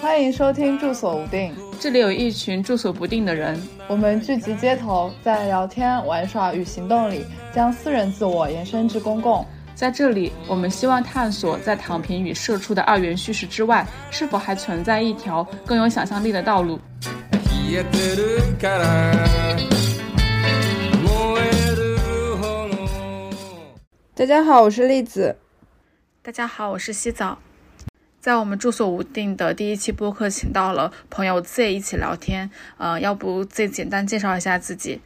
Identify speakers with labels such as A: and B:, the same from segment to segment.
A: 欢迎收听《住所无定》，
B: 这里有一群住所不定的人，
A: 我们聚集街头，在聊天、玩耍与行动里，将私人自我延伸至公共。
B: 在这里，我们希望探索在躺平与社畜的二元叙事之外，是否还存在一条更有想象力的道路。
C: 大家好，我是栗子。
B: 大家好，我是西枣。在我们住所无定的第一期播客，请到了朋友 Z 一起聊天。呃，要不 Z 简单介绍一下自己？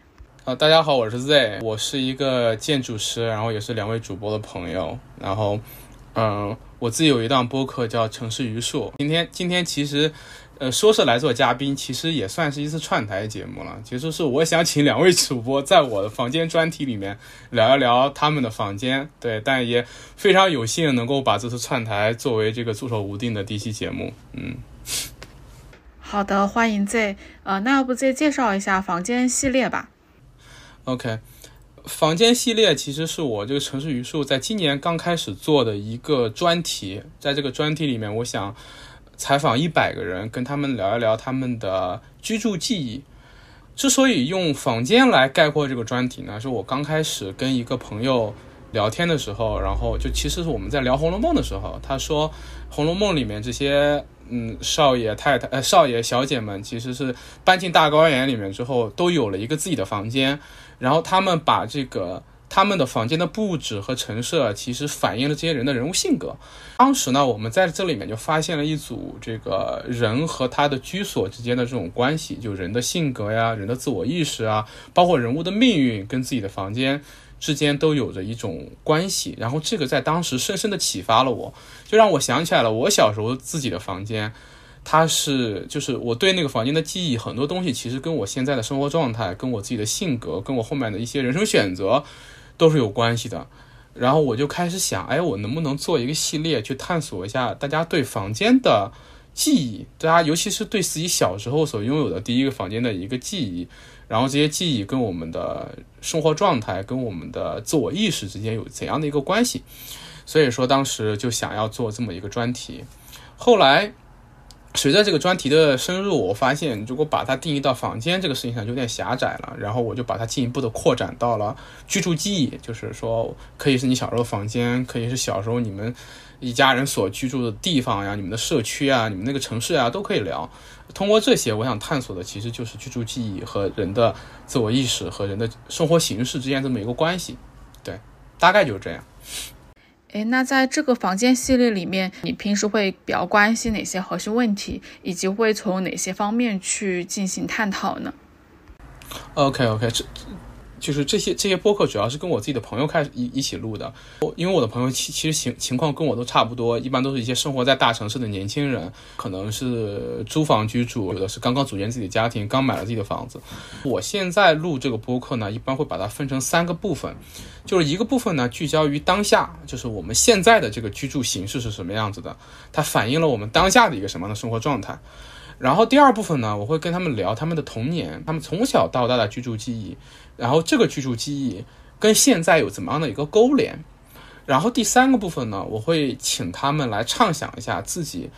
D: 啊，大家好，我是 Z，我是一个建筑师，然后也是两位主播的朋友。然后，嗯，我自己有一档播客叫《城市榆树》。今天，今天其实，呃，说是来做嘉宾，其实也算是一次串台节目了。其实是我想请两位主播在我的房间专题里面聊一聊他们的房间，对，但也非常有幸能够把这次串台作为这个驻守无定的第一期节目，嗯。
B: 好的，欢迎 Z。呃，那要不 Z 介绍一下房间系列吧？
D: OK，房间系列其实是我这个城市榆树在今年刚开始做的一个专题，在这个专题里面，我想采访一百个人，跟他们聊一聊他们的居住记忆。之所以用房间来概括这个专题呢，是我刚开始跟一个朋友聊天的时候，然后就其实是我们在聊《红楼梦》的时候，他说《红楼梦》里面这些嗯少爷太太呃少爷小姐们其实是搬进大观园里面之后，都有了一个自己的房间，然后他们把这个他们的房间的布置和陈设，啊其实反映了这些人的人物性格。当时呢，我们在这里面就发现了一组这个人和他的居所之间的这种关系，就人的性格呀、人的自我意识啊，包括人物的命运跟自己的房间之间都有着一种关系。然后这个在当时深深的启发了我，就让我想起来了我小时候自己的房间。它是就是我对那个房间的记忆，很多东西其实跟我现在的生活状态、跟我自己的性格、跟我后面的一些人生选择都是有关系的。然后我就开始想，哎，我能不能做一个系列去探索一下大家对房间的记忆，大家尤其是对自己小时候所拥有的第一个房间的一个记忆，然后这些记忆跟我们的生活状态、跟我们的自我意识之间有怎样的一个关系？所以说当时就想要做这么一个专题，后来。随着这个专题的深入，我发现如果把它定义到房间这个事情上有点狭窄了，然后我就把它进一步的扩展到了居住记忆，就是说可以是你小时候房间，可以是小时候你们一家人所居住的地方呀、你们的社区啊、你们那个城市啊都可以聊。通过这些，我想探索的其实就是居住记忆和人的自我意识和人的生活形式之间这么一个关系。对，大概就是这样。
B: 诶，那在这个房间系列里面，你平时会比较关心哪些核心问题，以及会从哪些方面去进行探讨呢？
D: OK OK，这这就是这些这些播客主要是跟我自己的朋友开始一一起录的，我因为我的朋友其其实情情况跟我都差不多，一般都是一些生活在大城市的年轻人，可能是租房居住，有的是刚刚组建自己的家庭，刚买了自己的房子。我现在录这个播客呢，一般会把它分成三个部分，就是一个部分呢聚焦于当下，就是我们现在的这个居住形式是什么样子的，它反映了我们当下的一个什么样的生活状态。然后第二部分呢，我会跟他们聊他们的童年，他们从小到大的居住记忆，然后这个居住记忆跟现在有怎么样的一个勾连。然后第三个部分呢，我会请他们来畅想一下自己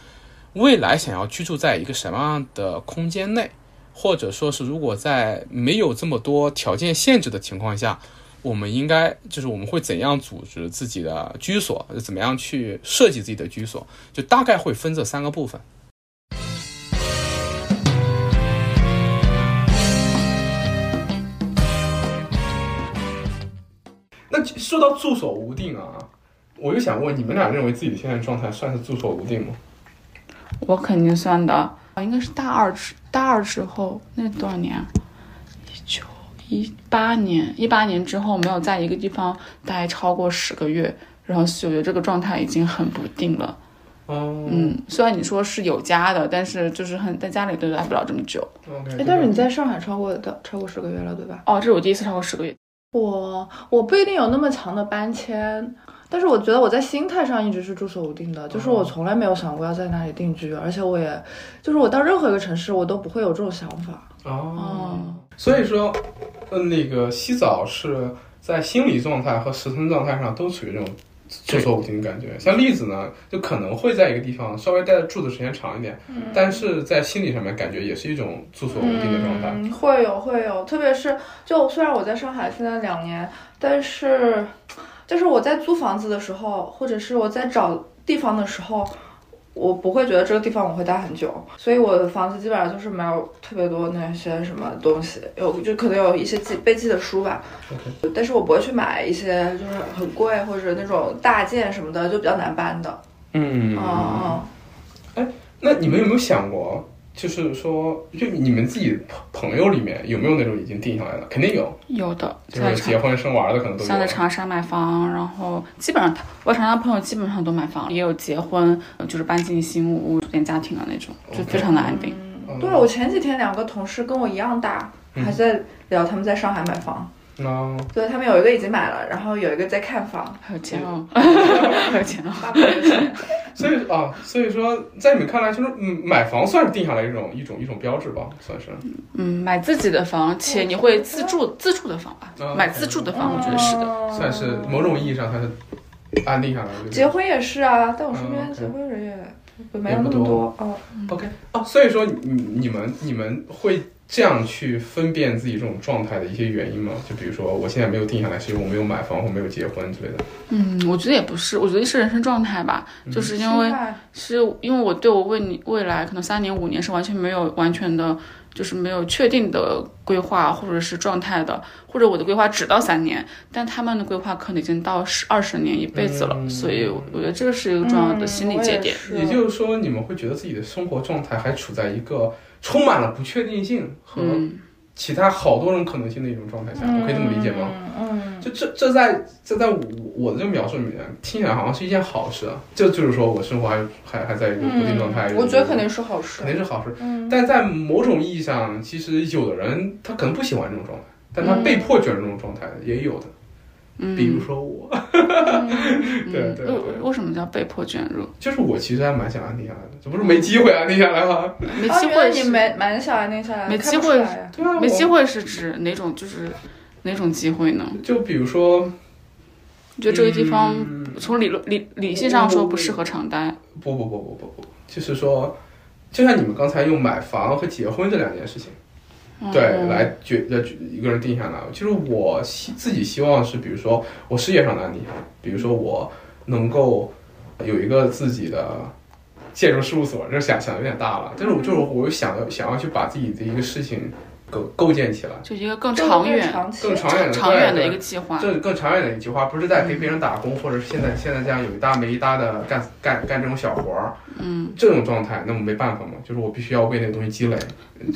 D: 未来想要居住在一个什么样的空间内，或者说是如果在没有这么多条件限制的情况下，我们应该就是我们会怎样组织自己的居所，怎么样去设计自己的居所，就大概会分这三个部分。那说到住所无定啊，我就想问你们俩认为自己现在状态算是住所无定吗？
B: 我肯定算的，应该是大二时大二之后，那多少年啊？一九一八年，一八年之后没有在一个地方待超过十个月，然后所以我觉得这个状态已经很不定了。
D: 哦、
B: 嗯，虽然你说是有家的，但是就是很在家里都待不了这么久。
D: o k
C: 哎，但是你在上海超过的超过十个月了，对吧？
B: 哦，这是我第一次超过十个月。
C: 我我不一定有那么强的搬迁，但是我觉得我在心态上一直是住所无定的，就是我从来没有想过要在哪里定居，而且我也就是我到任何一个城市，我都不会有这种想法。
D: 哦，所以说，呃嗯，那个洗澡是在心理状态和时辰状态上都处于这种住所固定的感觉。像栗子呢，就可能会在一个地方稍微待的住的时间长一点，但是在心理上面感觉也是一种住所固定的状态。
C: 嗯，会有会有，特别是就虽然我在上海现在两年，但是就是我在租房子的时候，或者是我在找地方的时候，我不会觉得这个地方我会待很久，所以我的房子基本上就是没有特别多那些什么东西，有就可能有一些记被记的书吧呃
D: OK
C: 但是我不会去买一些就是很贵或者那种大件什么的，就比较难搬的。
D: 嗯
C: 嗯嗯
D: 那你们有没有想过，就是说，就你们自己朋朋友里面有没有那种已经定下来的？肯定有，
B: 有的
D: 就
B: 在
D: 是
B: 长
D: 结婚生娃的可能都有
B: 像
D: 了。
B: 在长沙买房，然后基本上他我长沙朋友基本上都买房，也有结婚，呃就是搬进新屋、组建家庭的那种，就
D: OK
B: 非常的安定。
D: 嗯
C: 对，我前几天两个同事跟我一样大，还在聊他们在上海买房。
D: 啊，
C: 对他们有一个已经买了，然后有一个在看房。
B: 还有煎熬， 还有哦煎熬。
C: 爸爸有 钱，
D: 所以啊，所以说，在你们看来，就是嗯，买房算是定下来一种一种一种标志吧，算是。
B: 嗯，买自己的房，且你会自住自住的房吧
D: 嗯？
B: 买自住的房，我觉得是的。
C: 的
D: 算是某种意义上，它是安定下来的。
C: 哦结婚也是啊，但我身
D: 嗯
C: 边
D: ，OK
C: 结婚人也没有那么
D: 也不
C: 多
D: 多。
C: 哦，
D: OK，哦，所以说你你们你们会这样去分辨自己这种状态的一些原因吗？就比如说，我现在没有定下来，是因为我没有买房或没有结婚之类的。
B: 嗯，我觉得也不是，我觉得是人生状态吧，
D: 嗯
B: 就是因为
C: 心态
B: 是因为我对我未你未来可能三年五年是完全没有完全的，就是没有确定的规划或者是状态的，或者我的规划只到三年，但他们的规划可能已经到十二十年一辈子了，
D: 嗯
B: 所以我觉得这个是一个重要的心理节点。
C: 嗯我
D: 也
C: 也是
D: 就是说，你们会觉得自己的生活状态还处在一个充满了不确定性和
B: 嗯，
D: 其他好多种可能性的一种状态下，我可以这么理解吗？
C: 嗯，
D: 就这这在这在我我的这个描述里面，听起来好像是一件好事啊。就就是说我生活还还还在一个固
B: 嗯
D: 定状态，
C: 嗯我觉得肯定是好事
D: 肯。定是好事。
C: 嗯
D: 但在某种意义上，其实有的人他可能不喜欢这种状态，但他被迫卷入这种状态的也有的，
B: 嗯
D: 比如说我，
B: 嗯
D: 对对对
B: 为为什么叫被迫卷入？
D: 就是我其实还蛮想安定下来的，这不是没机会安定下来吗？
B: 没
C: 啊
B: 机
C: 原来
B: 会
C: 你
B: 是
C: 没蛮想安定下来，
B: 没
C: 看
B: 机
C: 不
B: 会
C: 出来呀
D: 对啊，
B: 没机
D: 我。
B: 会是指哪种就是哪种机会呢？
D: 就比如说，
B: 你觉得这个地方
D: 嗯
B: 从理论理理性上说不适合常待？
D: 不不不不不不，就是说，就像你们刚才用买房和结婚这两件事情。对，
B: 嗯
D: 来决呃决一个人定下来。其实我希自己希望是，比如说我事业上的安定，比如说我能够有一个自己的建筑事务所，这想想的有点大了，但
B: 嗯
D: 是我就是我想要想要去把自己的一个事情构构建起来，
B: 就一个更
C: 这个
B: 长
C: 更
B: 远、
C: 长期
D: 更长远的
B: 长远的一。
D: 对
B: 个
D: 对
B: 计划。嗯
D: 这更长远的一句话，不是在给别人打工，或者是现在现在这样有一搭没一搭的干干干这种小活儿，
B: 嗯，
D: 这种状态，那么没办法嘛，就是我必须要为那个东西积累。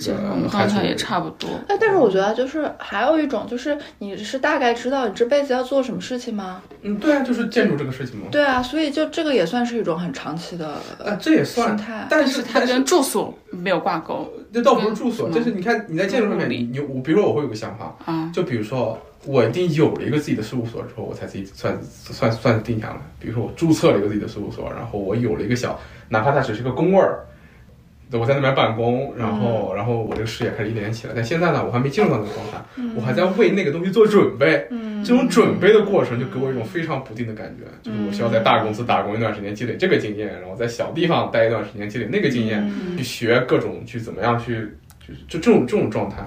B: 这
D: 这个
B: 种
D: 还
B: 状
D: 是
B: 态也差不多。
E: 哎，但是我觉得就是还有一种，就是你是大概知道你这辈子要做什么事情吗？
D: 嗯，对啊，就是建筑这个事情嘛。
E: 对啊，所以就这个也算是一种很长期的
D: 啊，这也
E: 心
D: 算，
E: 态。
D: 但
B: 但
D: 是
B: 是它
D: 但是
B: 跟住所没有挂钩
D: 那倒不是住所，
B: 嗯
D: 但是你看你在建筑上面，
B: 嗯
D: 你你我比如说我会有个想法，
B: 啊。
D: 就比如说我一定有了一个自己的事务所之后，我才自己算算算定下来。比如说我注册了一个自己的事务所，然后我有了一个小，哪怕它只是个工位儿。我在那边办公，然后，然后我这个事业开始一连起来。但现在呢，我还没进入到那个状态，我还在为那个东西做准备。
E: 嗯
C: 嗯
D: 这种准备的过程就给我一种非常不定的感觉，就是我需要在大公司打工一段时间积累这个经验，然后在小地方待一段时间积累那个经验，
E: 嗯
D: 去学各种去怎么样去，就是就这种这种状态。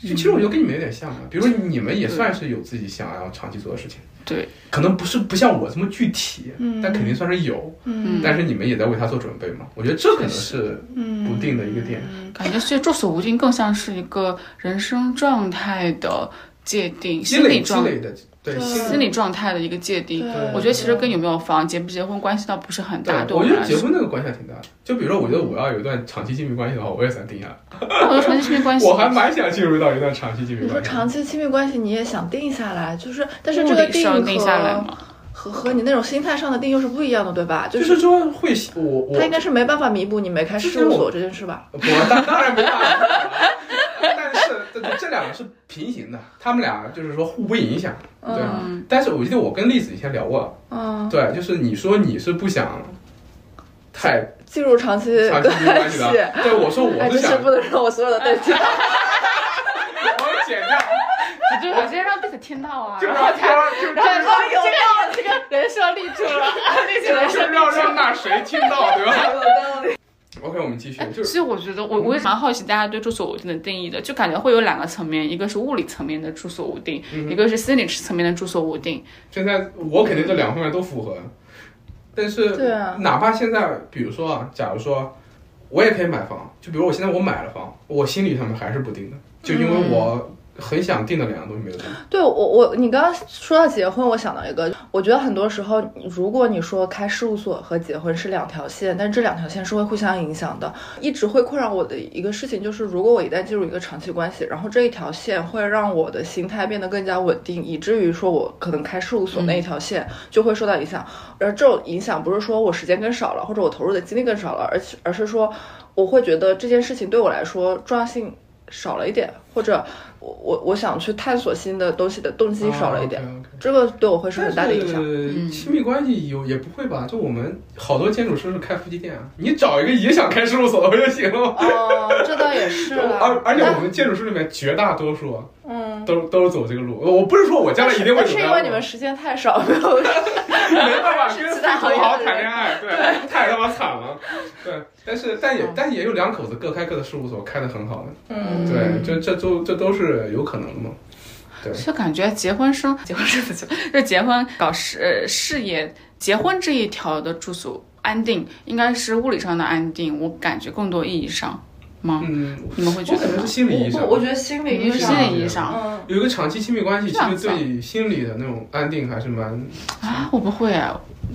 D: 其实我觉得跟你们有点像啊，比如说你们也算是有自己想要长期做的事情，
B: 嗯对，
D: 可能不是不像我这么具体，但肯定算是有，
B: 嗯，
D: 但是你们也在为他做准备嘛。我觉得这可能是
E: 嗯
D: 不定的一个点。
B: 感觉是住所无定更像是一个人生状态的界定，
D: 积
B: 心
D: 累
B: 理
D: 积
B: 状
D: 累的，对心
B: 心理状态的一个界定。
D: 对
B: 我觉得其实跟有没有房、结不结婚关系倒不是很大，
D: 对，
B: 对
D: 我
B: 们
D: 觉得
B: 来
D: 结
B: 说。
D: 婚那个关系还挺大的。就比如说，我觉得我要有一段长期亲密关系的话，我也算定下来。
B: 但我觉得长期亲密关系，
D: 我还蛮想进入到一段长期亲密
E: 你说
D: 关系。
E: 长期亲密关系你也想定下来，就是但是
B: 物
E: 这个
B: 理
E: 定
B: 上
E: 和
B: 定下来嘛，
E: 和和你那种心态上的定又是不一样的，对吧？就
D: 就是是说会，我我
E: 他应该是没办法弥补你没开
D: 之
E: 事
D: 前
E: 务
D: 我
E: 所这件事吧？
D: 不，当当然没办法。 但是这这这两个是平行的，他们俩就是说互不影响。对，啊
B: 嗯
D: 但是我记得我跟栗子以前聊过，
E: 嗯，
D: 对，就是你说你是不想太
E: 进入长期
D: 长期关系的，对我说
E: 哎，
D: 我
E: 这
D: 是
E: 是
D: 想，
E: 不能让我所有的对象。
D: 我要剪掉，
B: 就是我先让 b i 听到啊，
D: 就
B: 然后
D: 让
B: 才
D: 就
B: 然后
D: 让
B: 说这个这个人设立住了，立起人
D: 就
B: 设立
D: 让
B: 住
D: 让
B: 了。
D: 那谁听到，对吧？OK，我们继续，
B: 哎，
D: 就是
B: 所以我觉得我我也蛮好奇大家对住所无定的定义的，就感觉会有两个层面，一个是物理层面的住所无定，
D: 嗯
B: 一个是心理层面的住所无定。
D: 现在我肯定这两方面都符合，但是
C: 对啊
D: 哪怕现在，比如说啊，假如说我也可以买房，就比如我现在我买了房，我心理上面还是不定的，就因为
C: 嗯
D: 我很想定的两样东西没有定。
C: 对我我你刚刚说到结婚，我想到一个，我觉得很多时候，如果你说开事务所和结婚是两条线，但这两条线是会互相影响的。一直会困扰我的一个事情就是，如果我一旦进入一个长期关系，然后这一条线会让我的心态变得更加稳定，以至于说我可能开事务所那一条线
D: 嗯
C: 就会受到影响。而这种影响不是说我时间更少了，或者我投入的精力更少了，而且而是说我会觉得这件事情对我来说重要性少了一点，或者我我我想去探索新的东西的动机少了一点，
D: 啊，OK，OK
C: 这个对我会是
D: 但
C: 很大的影响。嗯
D: 是呃亲密关系有也不会吧？就我们好多建筑师是开夫妻店啊，你找一个也想开事务所的不就行了吗？
C: 哦，这倒也是
D: 而
C: 啦。
D: 而且我们建筑师里面绝大多数
C: 嗯，
D: 都都是走这个路。我不是说我将来一定
C: 那
D: 会怎
C: 是
D: 么
C: 因
D: 样
C: 为你们时间太少，没有
D: 没办法跟
C: 是
D: 富
C: 其他行业
D: 豪
C: 的
D: 好好
C: 人
D: 谈恋爱，对，太他妈惨了。对，但是但也但也有两口子各开各的事务所，开的很好的。
C: 嗯，
D: 对，这这都这都是有可能的嘛。
B: 就感觉结婚生结婚生子，就结婚搞事呃事业，结婚这一条的住所安定，应该是物理上的安定，我感觉更多意义上吗？
D: 嗯，
B: 你们会觉
D: 我可
B: 得
D: 能
B: 吗
D: 是？心理医生
C: 我。我觉得心理医
B: 是
C: 生
B: 心，理意义上
C: 嗯，
D: 有一个长期亲密关系，其
B: 这样
D: 实
B: 子啊
D: 对心理的那种安定还是蛮……
B: 啊，我不会哎，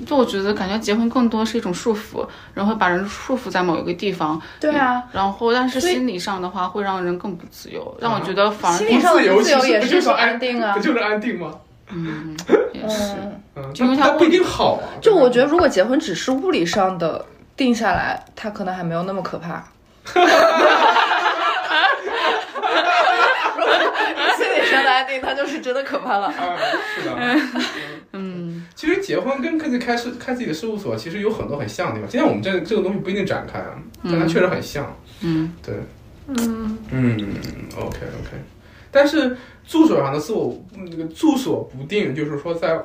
B: 就我觉得感觉结婚更多是一种束缚，然后会把人束缚在某一个地方，
C: 对啊。
B: 然后但是
C: 所以
B: 心理上的话会让人更不自由，让
D: 啊
B: 我觉得反而
C: 心理上的
D: 自由
C: 自由
D: 其实
C: 也
D: 不
C: 是
D: 就
C: 一
D: 是
C: 种
D: 安
C: 安定啊
D: 不。就是安定吗？
B: 嗯也是。
C: 嗯，
D: 嗯，
B: 就
D: 但
B: 因为它
D: 但不一定好啊。
C: 就我觉
D: 得
C: 得，如果结婚只是物理上的定下来，它可能还没有那么可怕。 如果心理上的安定，它就是真的可怕了。
D: 啊，是的。嗯，其实结婚跟自己开事开自己的事务所，其实有很多很像的地方。今天我们这这个东西不一定展开啊，但它确实很像。
B: 嗯，
D: 对，嗯嗯，OK OK，但是住所上的自我那个住所不定，就是说在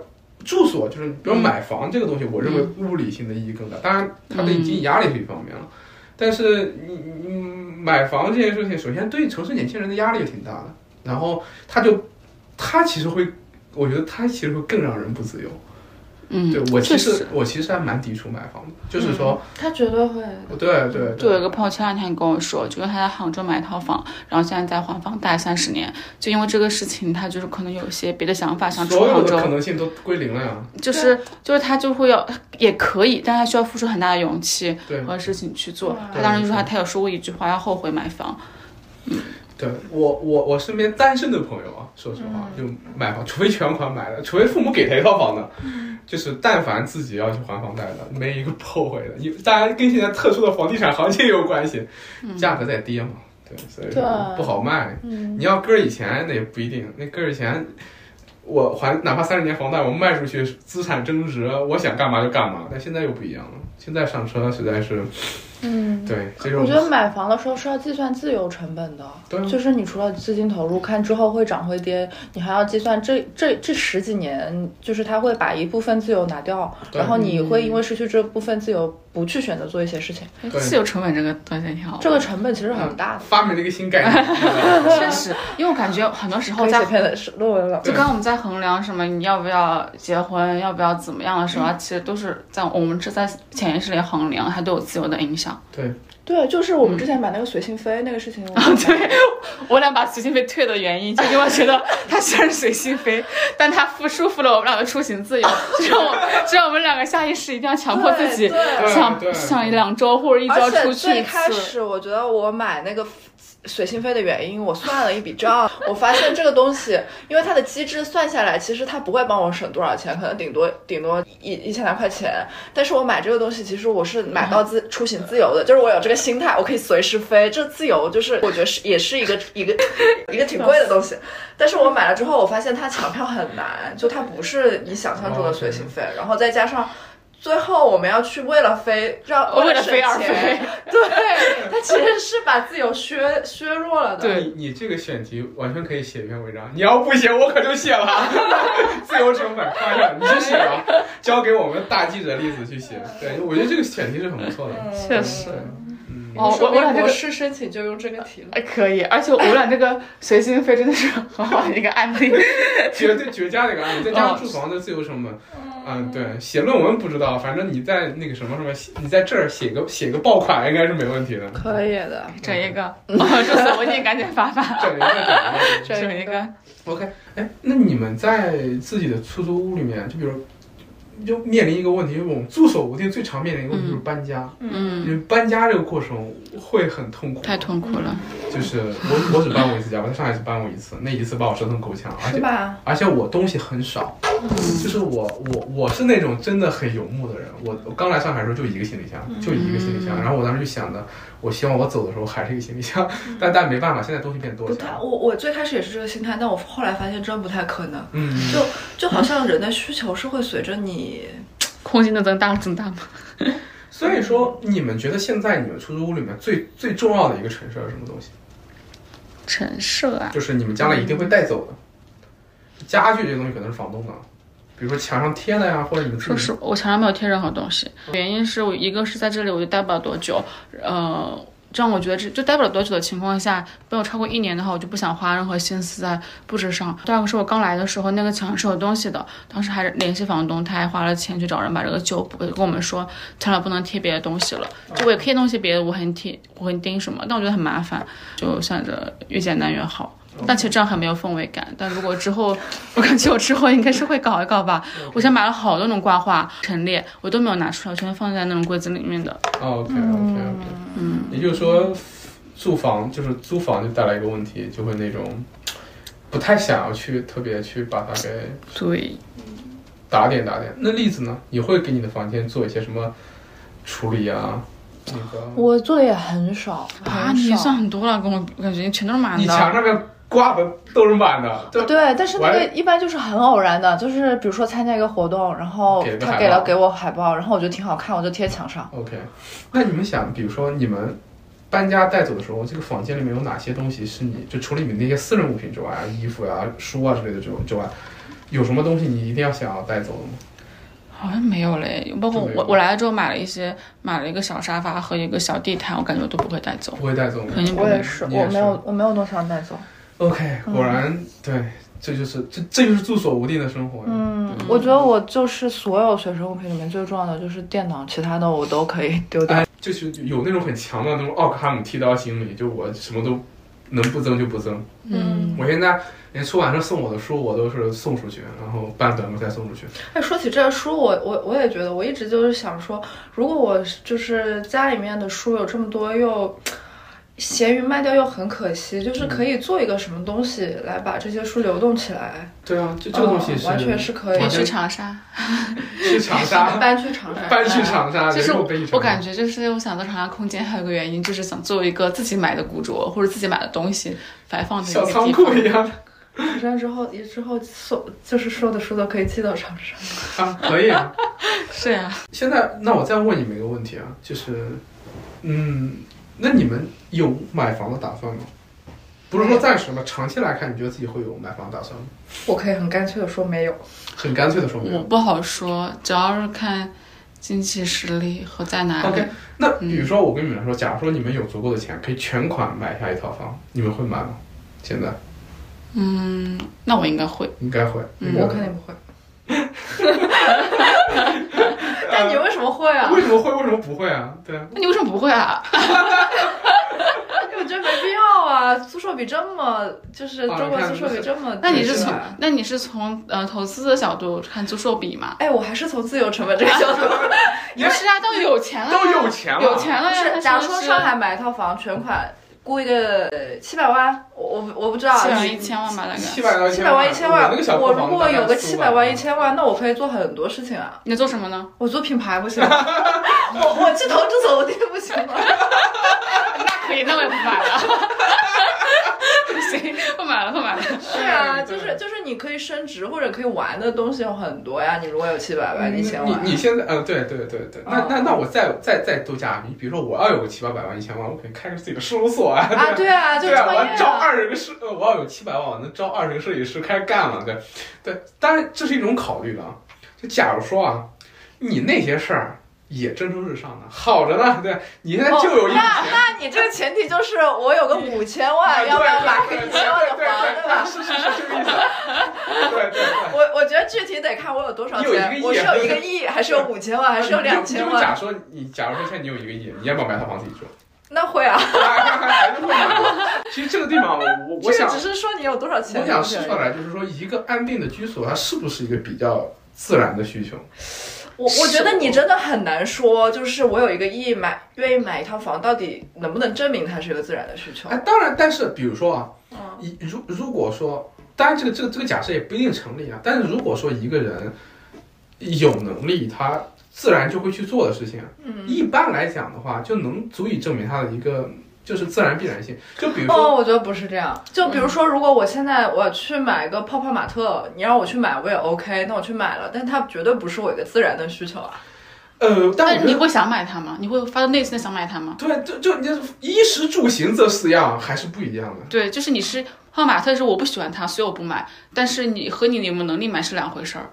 D: 住所就是比如买房这个东西，我认为物理性的意义更大，当然它的经济压力是一方面了，但是你你你买房这件事情，首先对城市年轻人的压力也挺大的，然后他就他其实会，我觉得他其实会更让人不自由。
B: 嗯，
D: 对我其
B: 确
D: 实
B: 实嗯
D: 我其实还蛮抵触买房的，就是说，
C: 它绝对会，
D: 对对
B: 就有一
D: 对，
B: 个朋友前两天跟我说，就跟他在杭州买一套房，然后现在在还房贷三十年，就因为这个事情，他就是可能有一些别的想法，想出
D: 所有
B: 杭
D: 的可
B: 州，
D: 能性都归零了呀。
B: 就是就是他就会要也可以，但他需要付出很大的勇气
D: 对
B: 和事情去做。他
D: 对
B: 当时就说
D: 是
B: 他他有说过一句话，要后悔买房，
D: 对我我我身边单身的朋友啊，说实话，
B: 嗯
D: 就买房，除非全款买的，除非父母给他一套房的，
B: 嗯
D: 就是但凡自己要去还房贷的，没一个后悔的。因为当然跟现在特殊的房地产行情有关系，
B: 嗯
D: 价格在跌嘛，对，所以说
C: 对
D: 不好卖。
C: 嗯，
D: 你要搁以前那也不一定，那搁以前。我还哪怕三十年房贷，我卖出去资产增值，我想干嘛就干嘛。但现在又不一样了，现在上车实在是，
C: 嗯。
D: 对，这种
C: 我觉得买房的时候是要计算自由成本的，
D: 对啊
C: 就是你除了资金投入，看之后会涨会跌，你还要计算这这这十几年，就是他会把一部分自由拿掉，
D: 对
C: 然后你
B: 嗯
C: 会因为失去这部分自由，不去选择做一些事情，
D: 对
B: 自由成本这个东西挺好玩。
C: 这个成本其实很
B: 嗯
C: 大的。
D: 嗯发明了一个新概念，
B: 确实，因为我感觉很多时
C: 可
B: 候
C: 以
B: 在
C: 写篇的是论文了。
B: 就刚刚我们在衡量什么你要不要结婚，要不要怎么样的时候啊，其实都是在我们这在潜意识里衡量，它对我自由的影响。
D: 对，
C: 对，就是我们之前买那个随性飞那个事情，我
B: 啊对我俩把随心飞退的原因，就因为我觉得它虽然随心飞，但它付束缚了我们两个出行自由，这让我这让我们两个下意识一定要强迫自己
C: 对对
B: 想
D: 对对
B: 想两周或者一周要
C: 而
B: 出
C: 且
B: 去
C: 最
B: 一
C: 开
B: 次。
C: 始我觉得我买那个水性飞的原因，我算了一笔账，我发现这个东西，因为它的机制算下来，其实它不会帮我省多少钱，可能顶多顶多一一千来块钱。但是我买这个东西，其实我是买到自出行自由的，就是我有这个心态，我可以随时飞，这自由就是我觉得是也是一个一个一个挺贵的东西。但是我买了之后，我发现它抢票很难，就它不是你想象中的随行飞，然后再加上。最后我们要去为了飞，让
B: 哦为了
C: 省
B: 飞而
C: 钱
B: 飞，
C: 对，它它其实是把自己有削削弱了的。
D: 对你这个选题完全可以写一篇文章，你要不写我可就写了， 自由成本，开玩笑，你去写吧，交给我们大记者栗子去写。对，我觉得这个选题是很不错的。
B: 确实。
D: 嗯，
B: 哦，我
C: 说
B: 我
C: 明
B: 俩这
C: 博
B: 个
C: 士申请就用这个题了。
B: 哎可以，而且我俩这个随心飞真的是很好的一个案 例。
D: 绝对绝佳的一个案例，再加上住房的自由成本，嗯，对，写论文不知道，反正你在那个什么什么写，你在这儿写个写个爆款应该是没问题的。
C: 可以的，
B: 整一个， 哦，这次我一定赶紧发 发，
D: 整一个整一个。
B: 整一个。
D: OK，哎，那你们在自己的出租屋里面，就比如。就面临一个问题，就是我们住所无定最常面临一个问题就是搬家。
B: 嗯，
D: 因为搬家这个过程会很痛苦，
B: 太痛苦了。
D: 就是我我只搬过一次家，我在上海只搬过一次，那一次把我折腾够呛，
F: 嗯
D: 而且
C: 吧？
D: 而且我东西很少，就是我我我是那种真的很游牧的人。我我刚来上海的时候就一个行李箱，就一个行李箱。然后我当时就想着，我希望我走的时候还是一个行李箱，但但没办法，现在东西变多
C: 不
D: 起来
C: 太，
D: 了。
C: 我我最开始也是这个心态，但我后来发现真不太可能。
D: 嗯，
C: 就就好像人的需求是会随着你，
B: 空间的增大增大吗？
D: 所以说你们觉得现在你们出租屋里面最最重要的一个陈设是什么东西？
B: 陈设啊，
D: 就是你们将来一定会带走的家具这个东西，可能是房东的，比如说墙上贴的呀，或者你们自
B: 说
D: 己
B: 实，我墙上没有贴任何东西，原因是我一个是在这里我就待不了多久，呃。这样我觉得这就待不了多久的情况下，没有超过一年的话，我就不想花任何心思在布置上。第二个是我刚来的时候，那个墙是有东西的，当时还联系房东，他还花了钱去找人把这个修补，跟我们说墙上不能贴别的东西了。就我也可以弄些别的无痕贴、无痕钉什么，但我觉得很麻烦，就想着越简单越好。但其实这样很没有氛围感。但如果之后， 我感觉我之后应该是会搞一搞吧。我先买了好多那种挂画陈列，我都没有拿出来，我全放在那种柜子里面的。
D: 哦，OK OK OK，嗯，也就是说，住房就是租房就带来一个问题，就会那种不太想要去特别去把它给
B: 对，
D: 打点打点。那例子呢？你会给你的房间做一些什么处理啊？那个
F: 我做的也很少，
B: 啊，
F: 很
B: 你
F: 少
B: 算很多了，跟我我感觉你全都是满
D: 你墙
B: 的。
D: 上面挂的都是满的，对，
F: 对，但是那
D: 我
F: 个一般就是很偶然的，就是比如说参加一个活动，然后
D: 给了个
F: 他
D: 海
F: 给
D: 报
F: 了给我海报，然后我觉得挺好看，我就贴墙上。
D: OK，那你们想，比如说你们搬家带走的时候，这个房间里面有哪些东西是你就除了你们那些私人物品之外，啊衣服呀、书啊之类的之之外，有什么东西你一定要想要带走的吗？
B: 好像没有嘞，包括
D: 就没有
B: 我我来了之后买了一些，买了一个小沙发和一个小地毯，我感觉我都不会带走，
D: 不会带走吗
B: 肯定不
F: 我嗯
B: 会
F: 也。是，
D: 你也
F: 我
D: 是
F: 没有嗯我没有东西要带走。
D: ？OK，果然、对，这就是这这就是住所无定的生活。
F: 嗯，我觉得我就是所有随身物品里面最重要的就是电脑，其他的我都可以丢掉。
D: 哎，就是有那种很强的那种奥克汉姆剃刀心理，就我什么都能不增就不增。
B: 嗯，
D: 我现在连出版社送我的书我都是送出去，然后半本我再送出去。
C: 哎，说起这个书，我我我也觉得，我一直就是想说，如果我就是家里面的书有这么多，又闲鱼卖掉又很可惜，就是
D: 嗯
C: 可以做一个什么东西来把这些书流动起来，
D: 对啊，就这个东西
C: 嗯
D: 是、
F: 哦
C: 完全是可以
D: 我
B: 也
D: 觉得
B: 是长沙，
D: 去长 沙。
C: 搬去长沙。
D: 搬去长沙，
B: 就是
D: 我
B: 我我感觉就是我想做长沙空间，还有一个原因就是想做一个自己买的古着或者自己买的东西摆放的一个
D: 小
B: 地方
D: 仓库一 样
C: 长沙之后，也之后所就是说的书都可以寄到长沙。
D: 啊，可以啊。
B: 是呀、
D: 现在，那我再问你们一个问题啊，就是，嗯，那你们有买房的打算吗？不是说暂时吧，长期来看，你觉得自己会有买房的打算吗？
C: 我可以很干脆的说没有。
D: 很干脆的说没
B: 我
D: 有。
B: 不好说，主要是看经济实力和在哪里。
D: OK，那
C: 嗯
D: 比如说我跟你们来说，假如说你们有足够的钱，可以全款买下一套房，你们会买吗？现在
B: 嗯，那我应该会。
D: 应该会，应该
C: 我
D: 会
C: 肯定嗯不会。 但你为什么会啊？
D: 为什么会？为什么不会啊？对啊，
B: 那你为什么不会啊？
C: 我觉得没必要啊！租售比这么，就是
D: 啊
C: 中国
D: 你看
C: 租售比这么，
B: 那你是
C: 对
B: 从
D: 啊
C: 吧
B: 那你是从呃投资的角度看租售比嘛？
C: 哎，我还是从自由成本这 个角度。
B: 不是啊，都有钱了，
D: 都有钱了
B: 有钱了
C: 不
B: 呀。
C: 是，
B: 他
C: 假如
B: 说
C: 说
B: 是
C: 上海买一套房，全款估一个七百万，我我我不知道啊，
B: 基本上一千万吧，大概。
D: 七百到
C: 七百万一千万
D: 那个小，
C: 我
D: 破
C: 如
D: 房
C: 果
D: 大概
C: 有个
D: 四
C: 七
D: 五
C: 百万一
D: 吧
C: 千万，那我可以做很多事情啊。
B: 你做什么呢？
C: 我做品牌不行吗？我我去投资走地不行吗？
B: 那可以，那我也不买了。 行，不买了，不买了。
C: 是啊，就是就是你可以升值，或者可以玩的东西有很多呀。你如果有七百万，
D: 你
C: 千万，
D: 嗯你现在嗯，对对对对，那
C: 哦
D: 那那我再再再多加，你比如说我要有七八百万、一千万，我可以开个自己的事务所啊，
C: 啊，对啊，就
D: 对啊，
C: 创
D: 我
C: 业
D: 要招
C: 啊，
D: 二十个设，呃我要有七百万，我能招二十个设计师开始干了。对，对，当然这是一种考虑了啊。就假如说啊，你那些事儿也蒸蒸日上呢，好着呢，对，你现在
C: 哦
D: 就有一笔
C: 那
D: 钱。
C: 那你这个前提就是我有个五千万，要不要买个一千万的房，
D: 啊对
C: 对吧？
D: 是是是这个意思。对对对。
C: 我我觉得具体得看我有多少
D: 你有一
C: 钱，
D: 个亿啊
C: 我是有一个亿，还是有五千万，还是有两千
D: 就就
C: 万？
D: 假说你，假如说现在你有一个亿，你要不要买套房自己住？
C: 那会啊，
D: 还是会买。 其实这个地方，我我
C: 这
D: 我想
C: 个只是说你有多少钱。
D: 我想试出来，就是说一个安定的居所，它是不是一个比较自然的需求？
C: 我我觉得你真的很难说，就是我有一个亿买，愿意买一套房，到底能不能证明它是一个自然的需求
D: 哎，？当然，但是比如说啊，
C: 嗯，
D: 一如如果说，当然这个这个这个假设也不一定成立啊。但是如果说一个人有能力，他自然就会去做的事情，嗯，一般来讲的话，就能足以证明他的一个就是自然必然性。就比如说，嗯
C: 哦，我觉得不是这样。就比如说，如果我现在我去买个泡泡玛特，你让我去买，我也 OK，那我去买了，但它绝对不是我一个自然的需求啊。
D: 呃，但我
B: 但
D: 觉
B: 你
D: 得。
B: 会想买它吗？你会发自内心的想买它吗？
D: 对，就就你这衣食住行这四样还是不一样的。
B: 对，就是你是泡泡玛特是我不喜欢它，所以我不买。但是你和你有没有能力买是两回事儿。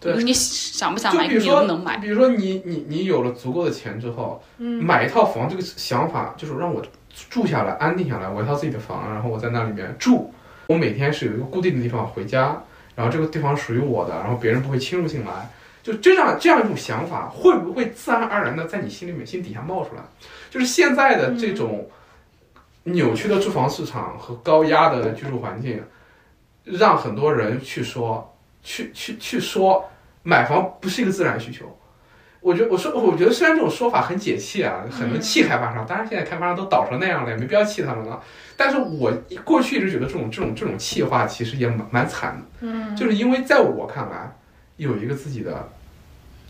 D: 对
B: 你想不想
D: 就
B: 买，
D: 比如
B: 你能
D: 说
B: 不能买？
D: 比如说你你你有了足够的钱之后，买一套房这个想法就是让我住下来、安定下来，我有一套自己的房，然后我在那里面住，我每天是有一个固定的地方回家，然后这个地方属于我的，然后别人不会侵入进来。就这样这样一种想法，会不会自然而然的在你心里面、心底下冒出来？就是现在的这种扭曲的住房市场和高压的居住环境，让很多人去说、去去去说买房不是一个自然需求。我觉得我说，我觉得虽然这种说法很解气啊，很能气开
B: 嗯
D: 发商。当然，现在开发商都倒成那样了，也没必要气他们了。但是我过去一直觉得这种这种这种气话其实也蛮蛮惨的，嗯，就是因为在我看来，有一个自己的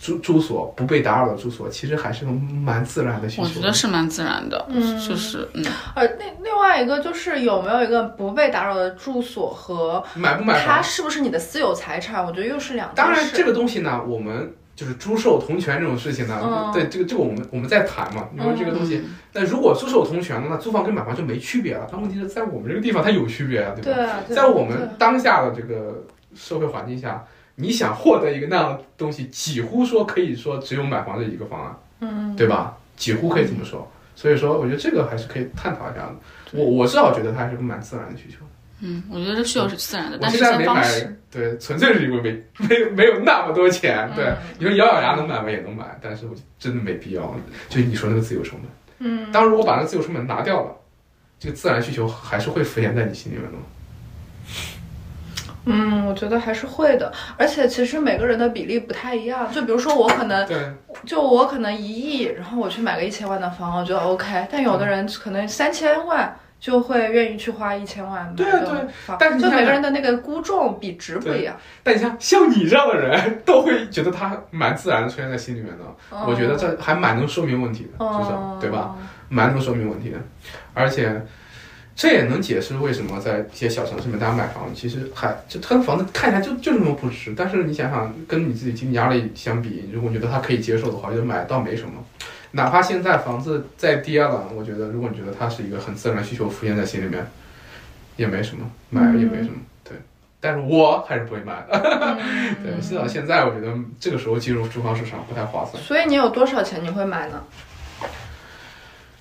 D: 住住所不被打扰的住所，其实还是个蛮自然的需求。
B: 我觉得是蛮自然的，
C: 嗯
B: 就是嗯，
C: 呃，另另外一个就是有没有一个不被打扰的住所和
D: 买不买
C: 它
D: 房？
C: 是不是你的私有财产，我觉得又是两件事。
D: 当然，这个东西呢，我们就是诸兽同权这种事情呢，
C: 嗯
D: 对这个这个我们我们在谈嘛，因为这个东西，那、如果诸兽同权了，那租房跟买房就没区别了。但问题是在我们这个地方它有区别啊，对吧？
C: 对啊，对啊
D: 在我
C: 对啊
D: 们当下的这个社会环境下，你想获得一个那样的东西，几乎说可以说只有买房这一个方案，嗯，对吧？几乎可以这么说。所以说，我觉得这个还是可以探讨一下的。我我至少觉得它还是个蛮自然的需求。
B: 嗯，我觉得这需求是自然的，
D: 我
B: 呃但是
D: 现在
B: 先
D: 没
B: 方
D: 买
B: 式。，
D: 对，纯粹是因为没没没有那么多钱。对，
B: 嗯
D: 你说咬咬牙能买吗？也能买，但是我真的没必要。就是你说那个自由成本，嗯，当然如果把那个自由成本拿掉了，这个自然需求还是会浮现在你心里面的嘛。
C: 嗯，我觉得还是会的，而且其实每个人的比例不太一样。就比如说我可
B: 呃
C: 能，
D: 对，
C: 就我可能一亿，然后我去买个一千万的房，我觉得 OK。但有的人可能三千万就会愿意去花一千万买
D: 对啊
C: 个
D: 对啊
C: 房
D: 但是你
C: 就
D: 看
C: 每个人
D: 看
C: 的那个估重比值不一样。
D: 但你像像你这样的人，都会觉得它蛮自然的出现在心里面的。
B: 哦
C: 嗯
D: 我觉得这还蛮能说明问题的，至少
C: 嗯
D: 对吧？？蛮能说明问题的，而且这也能解释为什么在一些小城市里面大家买房，其实还就它房子看起来就就那么不值，但是你想想跟你自己经济压力相比，如果你觉得它可以接受的话，就买倒没什么。哪怕现在房子再跌了，我觉得如果你觉得它是一个很自然的需求浮现在心里面，也没什么，买了也没什么，对。但是我还是不会买的， 对，至少现在我觉得这个时候进入住房市场不太划算。
C: 所以你有多少钱你会买呢？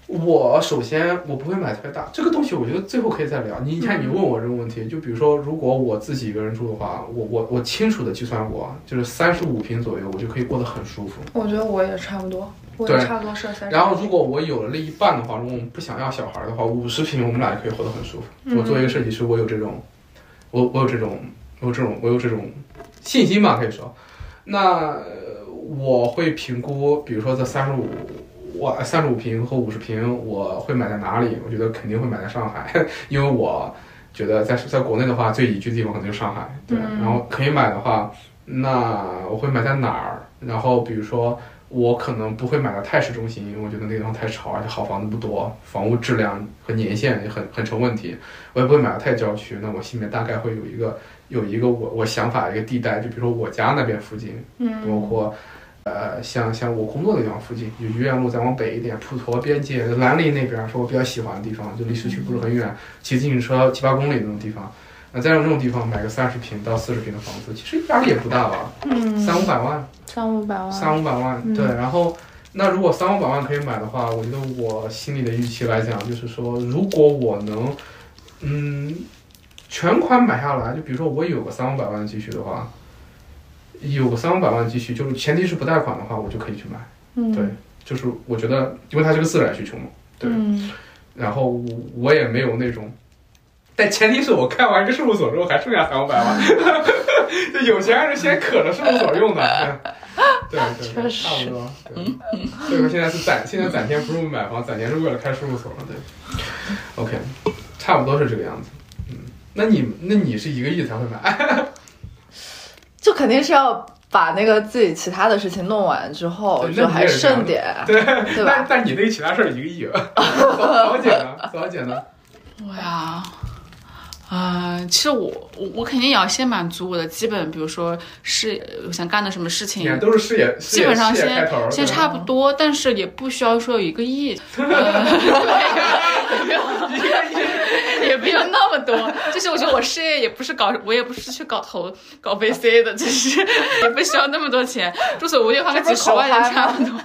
D: 我首先我不会买特别大，这个东西我觉得最后可以再聊。你看
C: 嗯
D: 你问我这个问题，就比如说如果我自己一个人住的话，我我我清楚的计算过，就是三十五平左右，我就可以过得很舒服。
C: 我觉得我也差不多，我
D: 对
C: 也差不多是三十。
D: 然后如果我有了另一半的话，如果我们不想要小孩的话，五十平我们俩也可以活得很舒服。
C: 嗯
D: 我作为一个设计师，我有这种，我我有这种，我有这种，我有这种信心吧，可以说。那呃我会评估，比如说这三十五。我三十五平和五十平，我会买在哪里？我觉得肯定会买在上海， 因为我觉得在在国内的话，最宜居的地方可能就是上海。对，然后可以买的话，那我会买在哪儿？然后比如说，我可能不会买到太市中心，因为我觉得那个地方太吵，而且好房子不多，房屋质量和年限也很很成问题。我也不会买到太郊区，那我心里面大概会有一个有一个我我想法一个地带，就比如说我家那边附近，包括呃像像我工作的地方附近，就愚园路再往北一点，普陀边界兰陵那边是我比较喜欢的地方，就离市区不是很远，骑自行车七八公里那种地方。那在这种地方买个三十平到四十平的房子，其实压力也不大吧，
C: 嗯，
D: 三五百万。
C: 三五百万，
D: 三五百万，对。然后，那如果三五百万可以买的话，我觉得我心里的预期来讲，就是说，如果我能，嗯，全款买下来，就比如说我有个三五百万的积蓄的话，有个三五百万的积蓄，就是前提是不贷款的话，我就可以去买。
C: 嗯，
D: 对就是我觉得，因为它是个自然需求嘛，对。
C: 嗯
D: 然后我我也没有那种，但前提是我开完一个事务所之后还剩下三五百万， 就有钱还是先可着事务所用的。对对对，
C: 确
D: 对
C: 实
D: 差不多。对，所以说现在是攒，现在攒钱不是为买房，攒钱是为了开事务所了。对，OK，差不多是这个样子。嗯，那你那你是一个亿才会买？哎
C: 就肯定是要把那个自己其他的事情弄完之后，
D: 对那
C: 就还
D: 你也是这样
C: 剩
D: 的
C: 点，
D: 对，
C: 对
D: 但
C: 吧？
D: 但你对于其他事儿一个亿，啊 早姐呢？早姐呢？
B: 我呀，啊、其实我我我肯定也要先满足我的基本，比如说事呃想干的什么事
D: 你看
B: 情，
D: 都是事业，事
B: 基
D: 业
B: 本上
D: 事业开
B: 先
D: 头，
B: 先
D: 对
B: 差不多，但是也不需要说有一个亿，呃、也没有那么多。就是我觉得我事业也不是搞，我也不是去搞投搞 VC 的，就是也不需要那么多钱，住所无地方个几十万也差不多。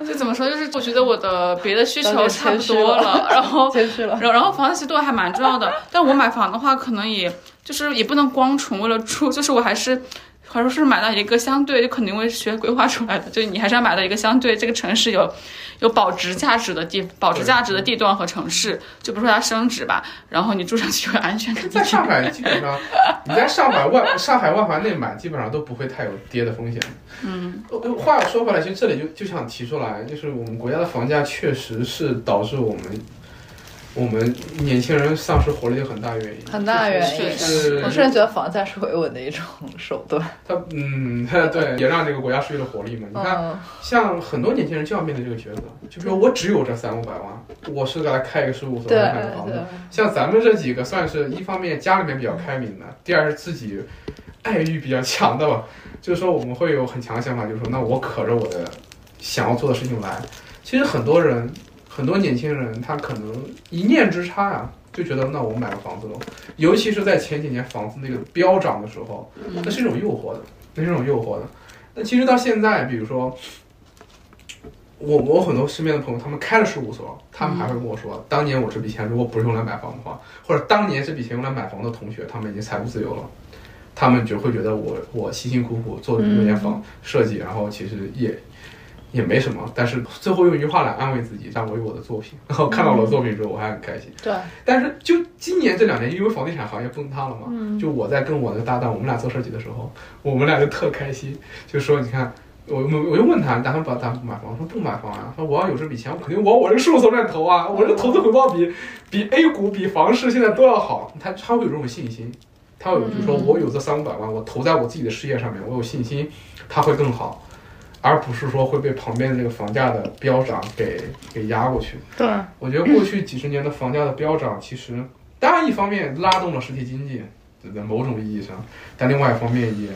B: 就怎么说，就是我觉得我的别的需求差不多了，然后
G: 谦虚 了。
B: 然后然后房子其实对我还蛮重要的，但我买房的话，可能也就是也不能光纯为了住，就是我还是。还是是买到一个相对就肯定会学规划出来的，就你还是要买到一个相对这个城市有有保值价值的地保值价值
D: 嗯
B: 的地段和城市，就不说它升值吧，然后你住上去有 安全感。
D: 在上海基本上，你在上海万上海万华内买，基本上都不会太有跌的风险。嗯，话又说回来，其实这里就就想提出来，就是我们国家的房价确实是导致我们我们年轻人丧失活力的很大原因。
G: 很大原
B: 确
G: 因，
D: 实
G: 我甚至觉得房价是维稳的一种手段。
D: 它嗯，对，也让这个国家失去了活力嘛。你看，
G: 嗯，
D: 像很多年轻人就要面对这个抉择，就比如我只有这三五百万，我是给他开一个事务所，
G: 对
D: 买个房子
G: 对，
D: 像咱们这几个，算是一方面家里面比较开明的，第二是自己爱欲比较强的吧，就是说我们会有很强的想法，就是说那我可着我的想要做的事情来。其实很多人，很多年轻人，他可能一念之差呀、就觉得那我买个房子喽，尤其是在前几年房子那个飙涨的时候，
B: 嗯
D: 那是一种诱惑的，那是一种诱惑的。那其实到现在，比如说，我我很多身边的朋友，他们开了事务所，他们还会跟我说，当年我这笔钱如果不是用来买房的话，或者当年这笔钱用来买房的同学，他们已经财务自由了。他们就会觉得我我辛辛苦苦做了这么多年房设计，然后其实也也没什么，但是最后用一句话来安慰自己，让我有我的作品。 然后看到我的作品之后，我还很开心。
C: 对，
D: 但是就今年这两年，因为房地产行业崩塌了嘛，就我在跟我的搭档，我们俩做设计的时候，我们俩就特开心，就说你看。我我我就问他，你打算把打算不买房？我说不买房啊。他说我要有这笔钱，我肯定往我这个事务所里面投啊。我这个投资回报比比 A 股、比房市现在都要好。他他会有这种信心，他有就是说我有这三五百万，我投在我自己的事业上面，我有信心，它会更好，而不是说会被旁边的这个房价的飙涨给给压过去。
C: 对，
D: 我觉得过去几十年的房价的飙涨，其实当然一方面拉动了实体经济，在某种意义上，但另外一方面也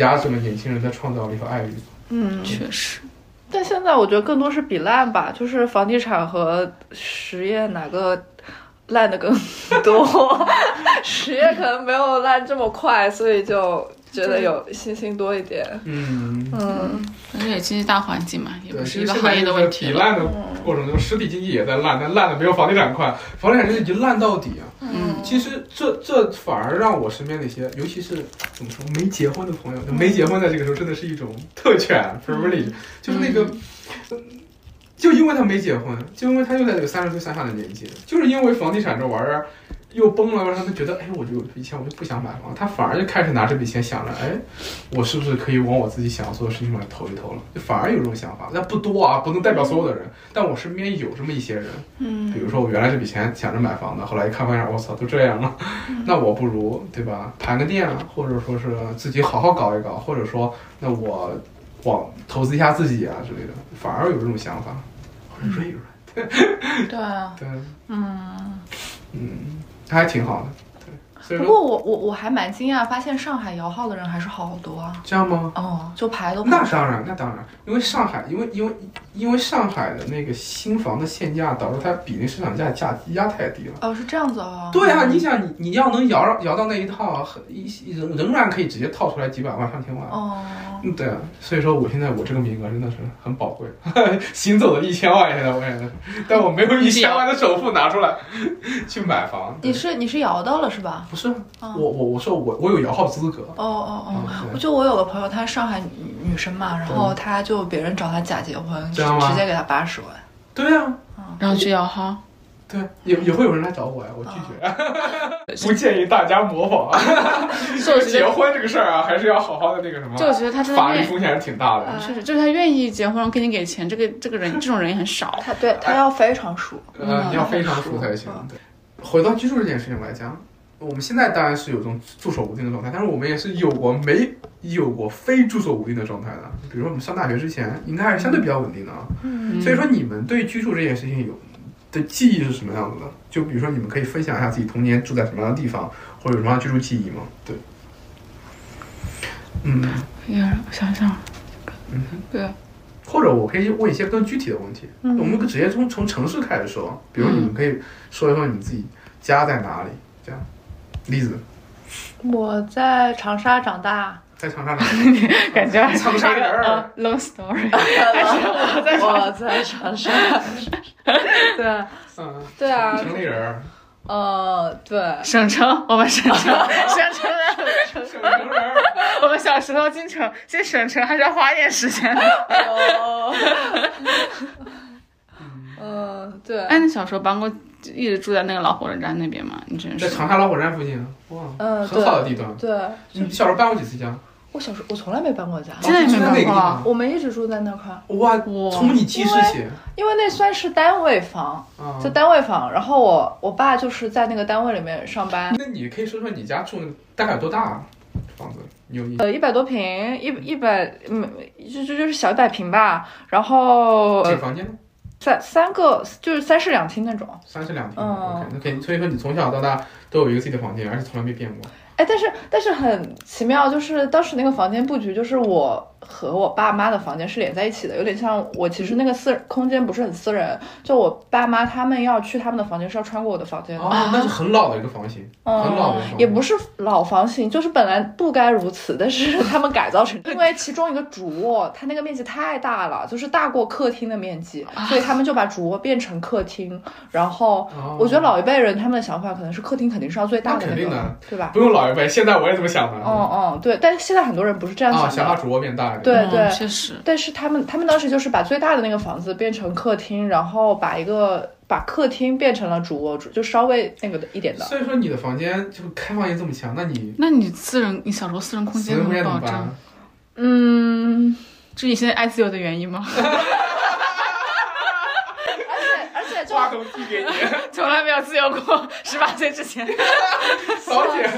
D: 压制了年轻人的创造力和爱欲。
C: 嗯。
B: 确实，
C: 但现在我觉得更多是比烂吧，就是房地产和实业哪个烂的 更多？实业可能没有烂这么快，所以就觉得有信心多一点。
D: 嗯，
C: 嗯，
B: 反正也经济大环境嘛，也
D: 对，
B: 不是
D: 其
B: 一
D: 实
B: 个
D: 现
B: 行
D: 在
B: 业的
D: 就
B: 问
D: 是
B: 题
D: 比
B: 了。嗯
D: 烂的过程中，实体经济也在烂，但烂的没有房地产快，房地产经济烂到底啊。
B: 嗯，
D: 其实这这反而让我身边那些，尤其是怎么说没结婚的朋友，没结婚的这个时候真的是一种特权 privilege，、就是那个，嗯就因为他没结婚，就因为他又在这个三十岁上下的年纪，就是因为房地产这玩意儿又崩了，让他们觉得，哎，我就有这笔钱，我就不想买房，他反而就开始拿这笔钱想着，哎，我是不是可以往我自己想要做的事情上投一投了？就反而有这种想法，但不多啊，不能代表所有的人，但我身边有这么一些人，嗯，比如说我原来这笔钱想着买房的，后来一看发现，我操，都这样了， 那我不如对吧，盘个店啊，或者说是自己好好搞一搞，或者说那我。往投资一下自己啊之类的，反而有这种想法，或者瑞瑞，
B: 对啊，
D: 对，嗯嗯，还挺好的，对，所以
C: 嗯不过
D: 说
C: 我我我还蛮惊讶，发现上海摇号的人还是好多啊。
D: 这样吗？
C: 哦，就排都排
D: 那当然，那当然，因为上海，因为因为因为上海的那个新房的限价，导致它比那市场价价压太低了。
C: 哦，是这样子啊、
D: 对啊，你想你你要能摇到摇到那一套，很一一仍仍然可以直接套出来几百万上千万。
C: 哦，
D: 嗯，对啊，所以说我现在我这个名额真的是很宝贵， 行走的一千万现在我也是，但我没有一千万的首付拿出来去买房。
C: 你哦是你是摇到了是吧？
D: 不是啊我我我说我我有摇号资格。
C: 哦哦哦，
D: 嗯
C: 我
D: 对
C: 就我有个朋友，她是上海女女生嘛，然后她就别人找她假结婚，
D: 这样吗
C: 直接给她八十万。
D: 对啊，
B: 然后去摇号。
D: 对
C: 嗯
D: 啊，也也会有人来找我呀，我拒绝，
C: 哦
D: 不建议大家模仿啊。
B: 所以我觉
D: 结
B: 得，
D: 婚这个事儿啊，还是要好好的那个什么
B: 就，我觉得他真的
D: 法律
B: 愿意，
D: 风险还是挺大的。
B: 确实就是他愿意结婚，给你给钱，这个这个人这种人也很少。
C: 她啊对她要非常熟，
D: 呃，你要非常熟才行。对，回到居住这件事情来讲，我们现在当然是有这种驻守无定的状态，但是我们也是有过没有过非驻守无定的状态的。比如说我们上大学之前，应该还是相对比较稳定的啊。
B: 嗯
D: 所以说，你们对居住这件事情有的记忆是什么样子的？就比如说，你们可以分享一下自己童年住在什么样的地方，或者有什么样的居住记忆吗？对，嗯，
B: 呀，我想想，
D: 嗯
B: 对，
D: 或者我可以问一些更具体的问题。
C: 嗯
D: 我们直接从从城市开始说，比如你们可以说一说你自己家在哪里，这样。例子，
C: 我在长沙长大，
D: 在长沙哪里？
B: 感觉还是
D: 长沙
B: 一
D: 人
B: 个
D: 儿
B: 呃 long story。
C: 我在 我在长沙，对
D: 嗯，
C: 对啊，
D: 城里人儿，
C: 呃对，
B: 省城，我们省城，省城的，
D: 省城人儿。
B: 我们小时候进城，进省城还是要花一点时间的。
C: 哦，嗯对，
B: 哎，你小时候搬过，一直住在那个老火车站那边吗？你真
D: 在
B: 是。
D: 长沙老火车站附近，哇，
C: 嗯
D: 很好的嗯地段。
C: 对，
D: 你小时候搬过几次家？
C: 我小时候我从来没搬过家，
B: 真的没
D: 住在哪
B: 搬
D: 个地
B: 过啊
D: 方？
C: 我们一直住在那块儿，
D: 哇，
B: 哇
D: 从你记事起
C: 因为那算是单位房，
D: 啊
C: 就。单位房。然后我我爸就是在那个单位里面上班，
D: 那你可以说说你家住那个大概有多大啊房子？你有印象？
C: 呃，一百多平，一一百嗯，就就就是小一百平吧。然后
D: 几
C: 呃
D: 个房间呢？
C: 三三个就是三室两厅那种。
D: 三室两厅。
C: 嗯
D: OK，那可以。所以说你从小到大都有一个自己的房间，而且从来没变过。
C: 哎，但是但是很奇妙，就是当时那个房间布局，就是我和我爸妈的房间是连在一起的，有点像我其实那个私空间不是很私人，就我爸妈他们要去他们的房间是要穿过我的房间的。
D: 哦，那是很老的一个房型，很老的一个房型
C: 嗯也不是老房型，就是本来不该如此，但 是他们改造成，因为其中一个主卧它那个面积太大了，就是大过客厅的面积，
D: 啊
C: 所以他们就把主卧变成客厅。然后
D: 哦
C: 我觉得老一辈人他们的想法可能是客厅肯定是要最大的
D: 那肯
C: 那
D: 定
C: 个
D: 的，
C: 对吧？
D: 不用老一辈，现在我也这么想的。
C: 嗯嗯，对，但是现在很多人不是这样
D: 啊，
C: 想
D: 想
C: 的。
D: 把主卧变大一点。
C: 对
B: 嗯
C: 对
B: 确实。
C: 但是他们他们当时就是把最大的那个房子变成客厅，然后把一个把客厅变成了主卧，主就稍微那个的一点的。
D: 所以说你的房间就开放性这么强，那你
B: 那你私人，你小时候私人空
D: 私
B: 间
D: 人空
B: 没
D: 间
B: 有
D: 怎么
B: 保障
D: 办？？
C: 嗯，
B: 这是你现在爱自由的原因吗？
C: 而且而且就
D: 话筒递给你，
B: 从来没有自由过，十八岁之前。
D: 小姐，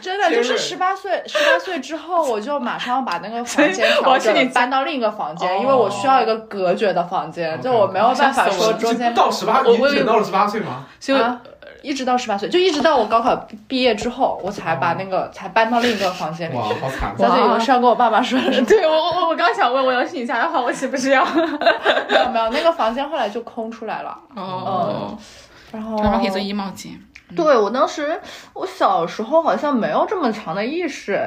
C: 真的就是
D: 结
C: 十八岁，十八岁之后我就马上把那个房间
B: 我
C: 调
B: 要去
C: 整
B: 你
C: 了
B: 家
C: 搬到另一个房间，
D: 哦
C: 因为我需要一个隔绝的房间，就我没有办法说中间
D: 这到十八，
B: 我
D: 你
B: 我以为
D: 忍到了十八岁吗？
B: 就、
C: 啊，一直到十八岁，就一直到我高考毕业之后，我才把那
B: 哦
C: 个才搬到另一个房间里
D: 哇，
C: 去。
D: 好惨！
C: 在这里我是要跟我爸妈说的是吗，
B: 对我我我刚想问，我要去你家的话，我岂不是要？
C: 没有没有，那个房间后来就空出来了，
B: 哦，
C: 然后
B: 然后可以做衣帽间。
C: 对我当时，我小时候好像没有这么强的意识，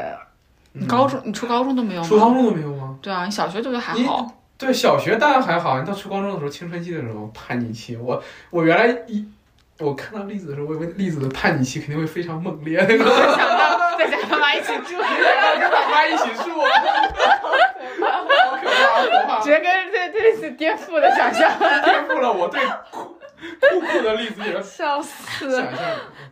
B: 你高中你初高中都没有
D: 嗯初高
B: 吗？
D: 中都没有吗？
B: 对啊，你小学就还
D: 你
B: 好。
D: 对，小学当然还好，你到初高中的时候，青春期的时候，叛逆期，我我原来一。我看到栗子的时候，我以为栗子的叛逆期肯定会非常猛烈，那个
B: 想到 在家跟妈一起住，
D: 跟爸妈一起住，好可怕，好可怕！
B: 觉得跟对对是颠覆的想象。
D: 颠覆了我对酷酷酷的栗子的
C: 笑死。
D: 想象。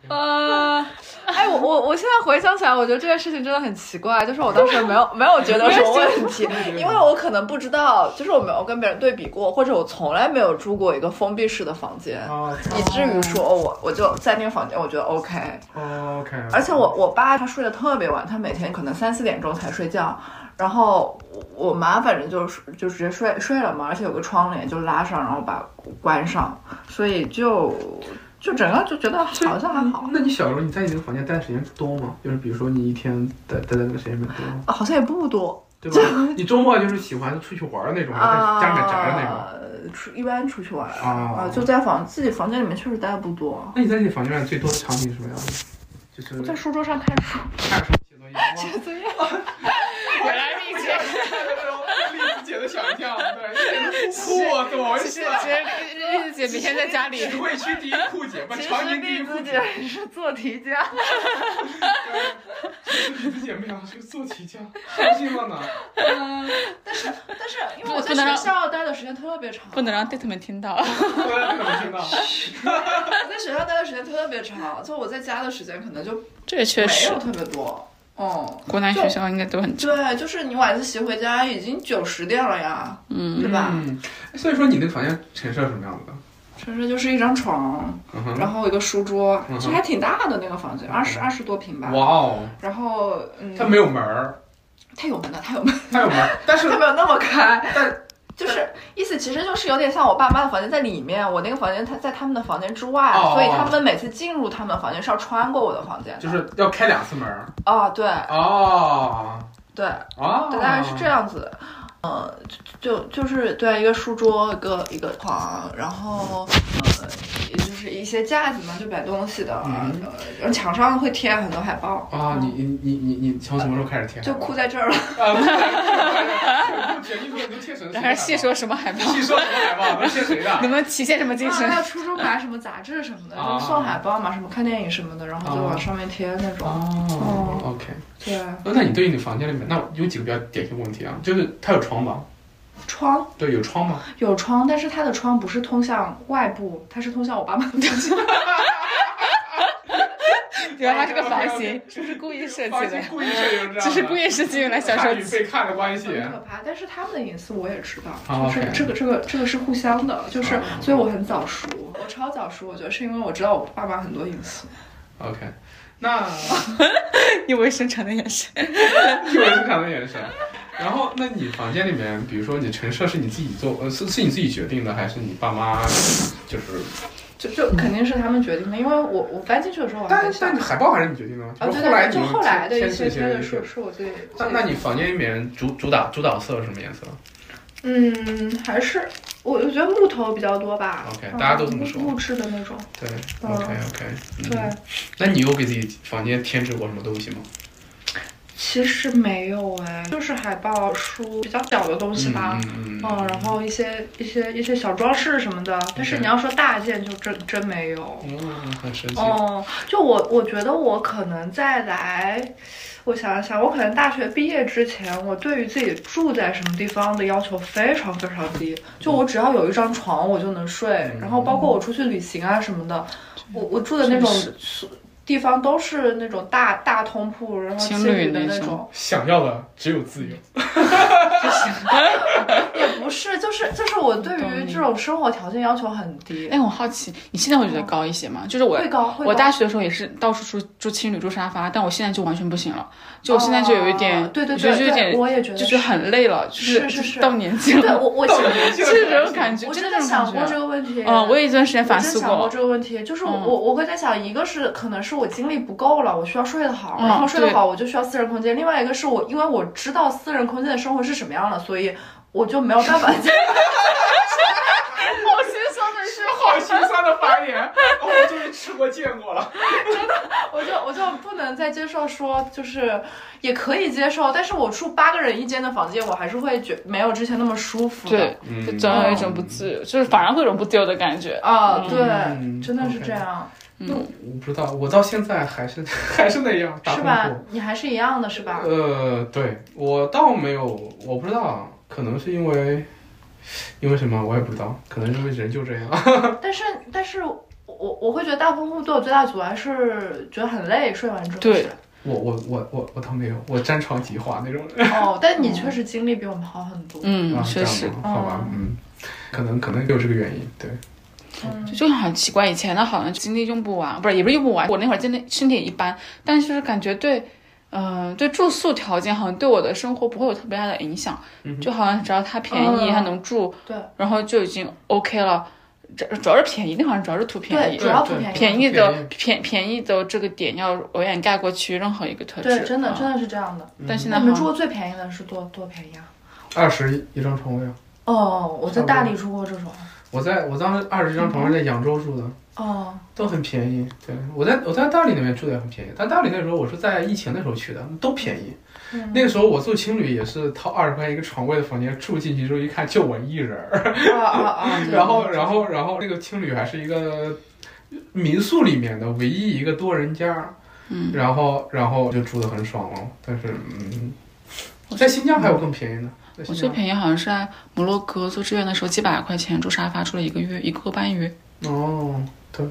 C: 呃，哎，我我我现在回想起来，我觉得这件事情真的很奇怪，就是我当时 没有没有觉得有什么问 题，因为我可能不知道，就是我没有跟别人对比过，或者我从来没有住过一个封闭式的房间，
D: 啊
C: 以至于说哦我我就在那个房间，我觉得 OK，
D: ，OK。
C: 而且我我爸他睡得特别晚，他每天可能三四点钟才睡觉，然后我我妈反正就是就直接睡睡了嘛，而且有个窗帘就拉上，然后把关上，所以就就整 个就觉得好像还好，
D: 那你小时候你在你那个房间待的时间多吗？就是比如说你一天待待在那个时间里面多吗？
C: 啊好像也不多
D: 对吧？你周末就是喜欢出去玩儿那种，还是在家里面宅着那种？
C: 啊，出一般出去 玩
D: 啊
C: 啊，就在房自己房间里面确实待的不多，
D: 那你在你房间里面最多的场景是什么样的？就是
C: 在书桌上看 书。
D: 看书、写作业。哇
C: 作业，
B: 原来是以前
D: 栗子姐的想象，对，栗子酷我怎么回
B: 其实其实日子姐每天在家里，
D: 只会区第一酷姐，不，长宁第一酷姐，
C: 是做题家，
D: 栗子姐妹俩是个做题家，伤心了呢。
C: 但是因为
B: 不
C: 我
B: 不
C: 在
B: 能让
C: 学校待的时间特别长，
B: 不能让 date 们听到。
D: 我也没有听到。
C: 我在学校待的时间特别长，就我在家的时间可能就
B: 这也确
C: 没
B: 实
C: 有，特别多。嗯，
B: 国南学校应该都很
C: 对，就是你晚自习回家已经九十点了呀，
B: 嗯，
C: 对吧？
D: 嗯，所以说你那个房间陈设什么样子的？
C: 城市就是一张床，
D: 嗯哼，
C: 然后一个书桌，
D: 嗯哼
C: 其实还挺大的那个房间，二十二十多平吧。
D: 哇哦，
C: 然后，嗯，
D: 它没有门儿，
C: 太有门了，太有门了，
D: 它有门儿，但是
C: 它没有那么开，
D: 但
C: 就是意思其实就是有点像我爸妈的房间在里面，我那个房间它在他们的房间之外，
D: 哦
C: 所以他们每次进入他们的房间是要穿过我的房间的。
D: 就是要开两次门儿。
C: 啊，对
D: 哦
C: 对，
D: 哦，
C: 对，大概是这。样子。呃，就就就是对一个书桌，一个一个床，然后呃，也就是一些架子嘛，就摆东西的。
D: 嗯
C: 呃，然后墙上会贴很多海报，
D: 啊，你你你你你从什么时候开始贴？
C: 就哭在这儿了。
D: 啊，不是不是不是不是不是不是你说你都贴成谁
B: 然
D: 的
B: 后
D: 海报？
B: 细说什么海报，
D: 细说什么海报？都贴谁的？
B: 能不能体现什么精
C: 啊，
B: 神
C: 还？有初中买什么杂志什么的，
D: 啊
C: 就送海报嘛，什么看电影什么的，然后就往上面贴那种。
D: 哦
C: 哦
D: ，OK。
C: 对，
D: 呃那你对你房间里面，那有几个比较典型问题啊？就是它有窗吗？
C: 窗
D: 对，有窗吗？
C: 有窗，但是它的窗不是通向外部，它是通向我爸妈的房间。
B: 原来是个房型，是不是故意设
D: 放
B: 计
D: 心
B: 的？
D: 故意设计成这样的，
B: 只是故意设计用来享 受
D: 看与被看的关系。
C: 很可怕，但是他们的隐私我也知道，
D: 啊
C: 就是
D: OK
C: 这个这个这个是互相的，就是、
D: 啊
C: 所以我很早熟，我超早熟，我觉得是因为我知道我爸妈很多隐私，
D: OK，那
B: 意味深长的眼神。
D: 意味深长的眼神。然后，那你房间里面，比如说你陈设是你自己做，呃，是是你自己决定的，还是你爸妈就是？
C: 就就肯定是他们决定的，因为我我搬进去的时候我还
D: 嗯但
C: 很小，
D: 但海报还是你决定的吗？
C: 啊
D: 就是
C: 对
D: 后来
C: 对，
D: 你
C: 就后来的一些
D: 贴
C: 贴的
D: 是
C: 是。是我自己，
D: 那那你房间里面主主打主打色是什么颜色
C: 嗯还是我我觉得木头比较多吧
D: OK，
C: 嗯
D: 大家都这么说
C: 木质的那种，
D: 对
C: 嗯
D: ，OK OK，
C: 对，
D: 那你有给自己房间添置过什么东西吗？
C: 其实没有哎，就是海报、书比较小的东西吧。
D: 嗯嗯
C: 嗯，然后一些一些一些小装饰什么的，但是
D: OK
C: 你要说大件就真真没有。
D: 哦，很神奇。
C: 哦，就我我觉得我可能再来，我想一想，我可能大学毕业之前，我对于自己住在什么地方的要求非常非常低，就我只要有一张床我就能睡，
B: 嗯
C: 然后包括我出去旅行啊什么的，我我住的那种地方都是那种大大通铺，然后
B: 情
C: 情
B: 侣
C: 侣的
B: 那
C: 那
B: 种
C: 种。
D: 想要的只有自由。
C: 也不是，就是就是我对
B: 懂
C: 于
B: 你
C: 这种生活条件要求很低，
B: 哎，我好奇，你现在会觉得高一些吗？就是我
C: 会高会高。
B: 我大学的时候也是到处住住青旅住沙发，但我现在就完全不行了，就我现在就有一点，
C: 哦对对
B: 我觉得
C: 对
B: 就有点
C: 对，我也觉得
B: 就是很累了，就是
C: 是是是
B: 到年纪
C: 对
B: 了，
C: 我我其实
B: 就是这种感觉，
C: 我
B: 就
C: 真的
B: 是这种
C: 想过
B: 感
C: 这
B: 觉。
C: 个问题，
B: 嗯，我也一段时间
C: 我
B: 反
C: 真
B: 思
C: 想过
B: 过，
C: 这个问题，就是我
B: 嗯
C: 我我会在想，一个是可能是我精力不够了，我需要睡得好，
B: 嗯
C: 然后睡
B: 对
C: 得好我就需要私人空间，另外一个是我因为我知道私人空间的生活是什么样的，所以我就没有 办法 在。
B: 好心酸的是，
D: 好心酸的发言，哦我终于吃过见过了。
C: 我就我就不能再接受说，就是也可以接受，但是我住八个人一间的房间，我还是会觉没有之前那么舒服的。
B: 对，
D: 嗯
B: 就总有一种不自由，就是反而会有一种不自由的感觉。
C: 啊，对，
D: 嗯
C: 真的是
D: OK
C: 这样，
D: 那我不知道，我到现在还是 还是那样打
C: 是
D: 工
C: 吧
D: 过。？
C: 你还是一样的，是 吧？
D: 呃，对我倒没有，我不知道，可能是因为因为什么我也不知道，可能因为人就这样。
C: 但是，但是我我我会觉得大风户对我最大阻碍是觉得很累，睡完之后
B: 对
C: 是
D: 我我我我我倒没有，我沾床即化那种人。
C: 哦，但你确实精力比我们好很多。
B: 嗯，
D: 啊
B: 确实，，哦
D: 这样吗好吧，嗯，可能可能有这个原因，对。
C: 嗯，
B: 就很奇怪，以前的好像精力用不完，不是也不是用不完，我那会儿精力身体也一般，但是感觉对嗯、对住宿条件好像对我的生活不会有特别大的影响，
D: 嗯哼
B: 就好像只要它便宜，
A: 嗯
B: 它能住，
A: 对，
B: 然后就已经 OK 了。主主要是便宜，那好像主要是图便
A: 对，
B: 宜，
A: 主要不
D: 对
A: 便宜，
B: 便宜
D: 便
B: 的
D: 宜
B: 便便宜的这个点要远远盖过去任何一个特质。
A: 对，真的
B: 嗯
A: 真的是这样的。
B: 但现在
A: 我们
B: 好
A: 住
B: 像
A: 过最便宜的是多多便宜啊！
D: 嗯二十一张床位啊！
A: 哦，我
D: 差
A: 在
D: 不多
A: 大理住过这种。
D: 我在我当时二十一张床位在扬州住的，
A: 哦，
D: 都很便宜。对我在我在大理那边住的也很便宜，但大理那时候我是在疫情那时候去的，都便宜。
A: 嗯
D: 那个时候我住青旅也是掏二十块钱一个床位的房间住进去之后一看就我一人儿，
A: 啊啊啊！对
D: 然后然后然后那个青旅还是一个民宿里面的唯一一个多人间，
B: 嗯，
D: 然后然后就住的很爽了。但是嗯，在新疆还有更便宜的，在
B: 我
D: 新
B: 最
D: 疆
B: 便宜好像是在摩洛哥做志愿的时候，几百块钱住沙发住了一个月，一个半月。
D: 哦。对，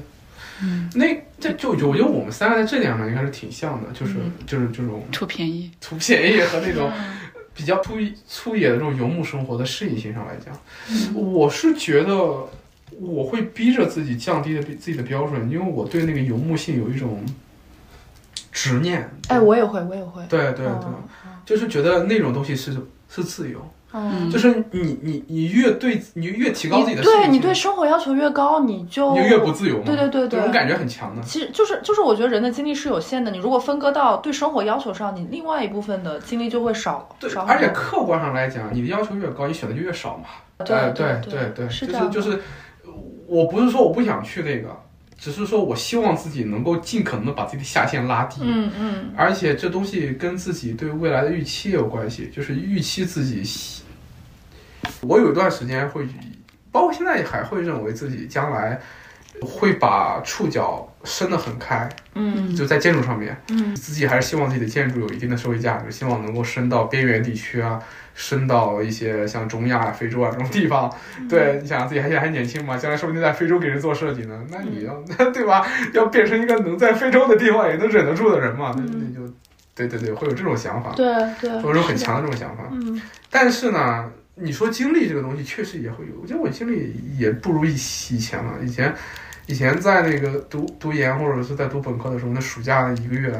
B: 嗯，
D: 那这就就我觉得我们三个在这点上应该是挺像的，就是、
B: 嗯
D: 就是这种
B: 图便宜。
D: 图便宜和那种
A: 嗯
D: 比较粗粗野的这种游牧生活的适应性上来讲，我是觉得我会逼着自己降低了自己的标准，因为我对那个游牧性有一种执念。
C: 哎，我也会，我也会。
D: 对对对，
C: 嗯
D: 就是觉得那种东西是是自由，
C: 嗯，
B: 嗯
D: 就是你你你越对你越提高自己的适应
C: 对
D: 性，
C: 你对生活要求越高，你就
D: 你就越不自由嘛。
C: 对对对
D: 这
C: 对，
D: 种感觉很强的。
C: 其实就是就是，我觉得人的精力是有限的。你如果分割到对生活要求上，你另外一部分的精力就会少
D: 对，
C: 少很
D: 而且
C: 多。
D: 客观上来讲，你的要求越高，你选的就越少嘛。
C: 对
D: 哎对
C: 对
D: 对对，
C: 是
D: 就
C: 这样
D: 是
C: 的
D: 就是，我不是说我不想去那个，只是说我希望自己能够尽可能的把自己的下限拉低。
C: 嗯嗯，
D: 而且这东西跟自己对未来的预期也有关系，就是预期自己喜。我有一段时间会，包括现在也还会认为自己将来会把触角伸得很开，
B: 嗯
D: 就在建筑上面，嗯，自己还是希望自己的建筑有一定的社会价值，希望能够伸到边缘地区啊，伸到一些像中亚、啊、非洲啊这种地方。对，你想自己还现在还年轻嘛，将来说不定在非洲给人做设计呢，那你要、 对吧？要变成一个能在非洲的地方也能忍得住的人嘛，那那就，对对嗯对，会有这种想法，
C: 对对，
D: 会有这种很强的这种想法。
C: 嗯
D: 但是呢，你说经历这个东西，确实也会有。我觉得我经历也不如以以前了。以前，以前在那个读读研或者是在读本科的时候，那暑假的一个月，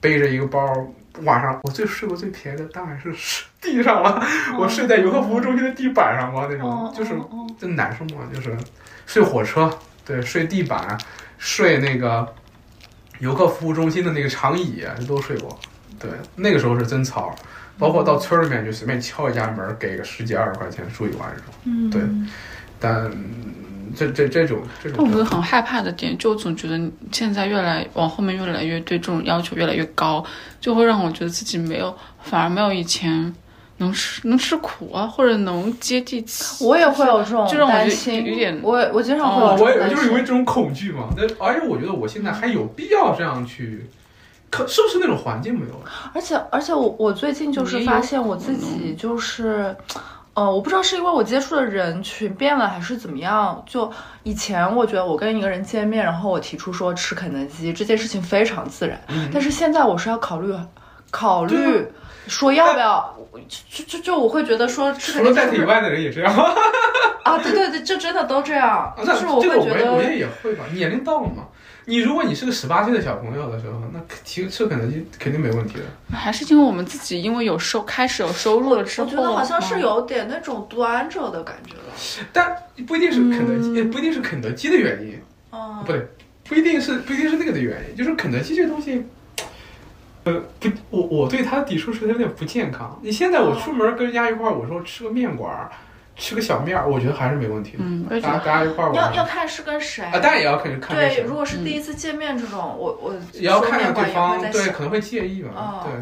D: 背着一个包，晚上我最睡过最便宜的当然是 睡地上了。我睡在游客服务中心的地板上嘛，那种
C: 哦，
D: 就是
C: 哦哦
D: 就难受嘛，就是睡火车，对，睡地板，睡那个游客服务中心的那个长椅，这都睡过。对，那个时候是真糙，包括到村儿里面去随便敲一家门，给个十几二十块钱住一晚上。
C: 嗯
D: 对但这这这种这
B: 但我觉
D: 种
B: 得很害怕的点，就总觉得现在越来往后面越来越对这种要求越来越高，就会让我觉得自己没有，反而没有以前能吃能吃苦啊，或者能接地气。
C: 我也会有这种
B: 就让我
C: 担
B: 觉得
C: 心，
B: 有点
C: 我也我经常会
B: 哦
C: 有
D: 我我
C: 这种
D: 也
C: 担
D: 就是
C: 心
D: 因为。这种恐惧嘛。但而且我觉得我现在还有必要这样去，可是不是那种环境没有了？
C: 而且而且我我最近就是
B: 你有
C: 发现我自己就是，呃，我不知道是因为我接触的人群变了还是怎么样。就以前我觉得我跟一个人见面，然后我提出说吃肯德基这件事情非常自然，
D: 嗯
C: 但是现在我是要考虑考
D: 对啊
C: 虑说要不要，就就就我会觉得说吃
D: 除
C: 肯
D: 了
C: 德基
D: 在
C: 是
D: 体
C: 不
D: 以
C: 是
D: 外的人也这样。
C: 啊，对对对，就真的都这样，
D: 啊
C: 就
D: 那
C: 是我
D: 这
C: 会
D: 个我
C: 觉
D: 也我
C: 得。
D: 也也会吧，年龄到了嘛。你如果你是个十八岁的小朋友的时候，那肯其实吃肯德基肯定没问题的。
B: 还是因为我们自己因为有收开始有收入了之
A: 我
B: 后，
A: 觉得好像是有点那种端着的感觉了。
D: 但不一定是肯德基，
C: 嗯
D: 也不一定是肯德基的原因，
A: 嗯，
D: 不对，不一定是不一定是那个的原因，就是肯德基这个东西。呃，不，我我对它的抵触是它有点不健康。你现在我出门跟人家一块儿，我说吃个面馆儿，吃个小面儿，我觉得还是没问题的。
B: 嗯，我也觉
D: 大家大
B: 得
D: 家一块儿
A: 要
D: 玩
A: 要
D: 儿，
A: 看是跟谁。
D: 啊，当然也要看看
A: 对，
D: 谁
A: 如果是第一次见面这种，我我
D: 也要
A: 说
D: 看
A: 面
D: 看
A: 馆
D: 对
A: 也会
D: 方，
A: 在
D: 对，
A: 想
D: 可能会介意吧，
A: 哦
D: 对。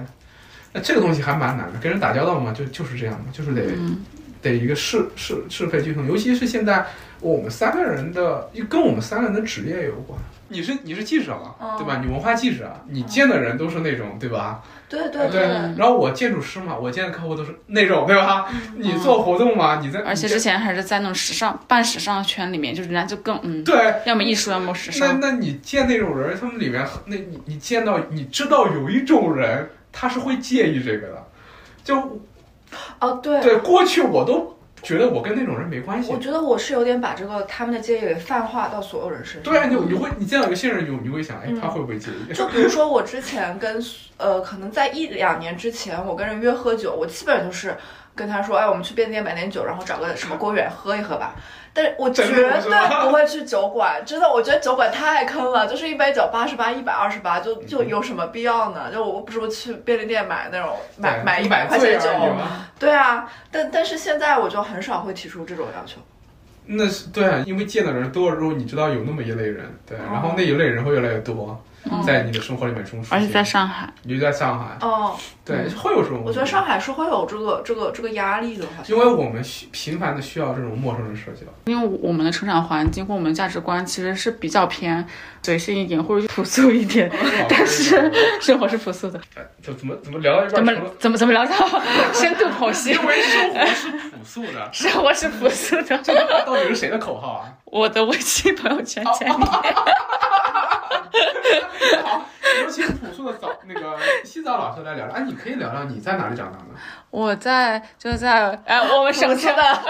D: 那这个东西还蛮难的，跟人打交道嘛，就就是这样嘛，就是得、
B: 嗯
D: 得一个适适适配均衡，尤其是现在我们三个人的，跟我们三个人的职业有关。你是你是记者嘛，
A: 哦
D: 对吧？你文化记者，啊你见的人都是那种，对吧？
A: 对对
D: 对
A: 对。
D: 然后我建筑师嘛，我见的客户都是那种，对吧？你做活动嘛，你在，
B: 而且
D: 你在
B: 之前还是在那种时尚半时尚圈里面，就是人家就更嗯，
D: 对，
B: 要么艺术，要么时
D: 那
B: 尚。
D: 那你见那种人，他们里面很那你你见到你知道有一种人，他是会介意这个的，就
A: 哦，对，
D: 对过去我都觉得我跟那种人没关系
A: 我。觉得我是有点把这个他们的介意给泛化到所有人身上。
D: 对啊，你你会你见到一个新人，你你会想，哎，
A: 嗯
D: 他会不会介意？
A: 就比如说我之前跟呃，可能在一两年之前，我跟人约喝酒，我基本就是跟他说，哎，我们去便利店买点酒，然后找个什么公园喝一喝吧。但是我绝
D: 真的是吗
A: 对不会去酒馆，真的，我觉得酒馆太坑了，就是一杯酒八十八、一百二十八，就
D: 嗯
A: 就有什么必要呢？就我不是去便利店买那种买买一百块钱的酒
D: 醉，而已嘛
A: 对啊，但但是现在我就很少会提出这种要求。
D: 那是对啊，因为见的人多了之后，你知道有那么一类人，
A: 哦
D: 对，然后那一类人会越来越多，在你的生活里面中出现。
B: 而且在上海，
D: 你就在上海，
A: 哦，
D: 对，会有这种。
A: 我觉得上，海是会有这个这个这个压力的，好像。
D: 因为我们需频繁的需要这种陌生 人社交。
B: 因为我们的成长环境或我们的价值观其实是比较偏随性一点或者朴素一点， 但是生活是朴素的。
D: 怎怎么怎么聊到一
B: 怎
D: 半
B: 么
D: 成了？
B: 怎么怎么聊到 深度剖析？，
D: 因 为生活是朴素的
B: 生活是朴素的。
D: 这句话到底是谁的口号啊？
B: 我的微信朋友圈前面，
D: 好，尤其是朴素的早那个洗澡老师来聊聊，哎，你可以聊聊你在哪里长大的？
B: 我在就在哎，我们省 区的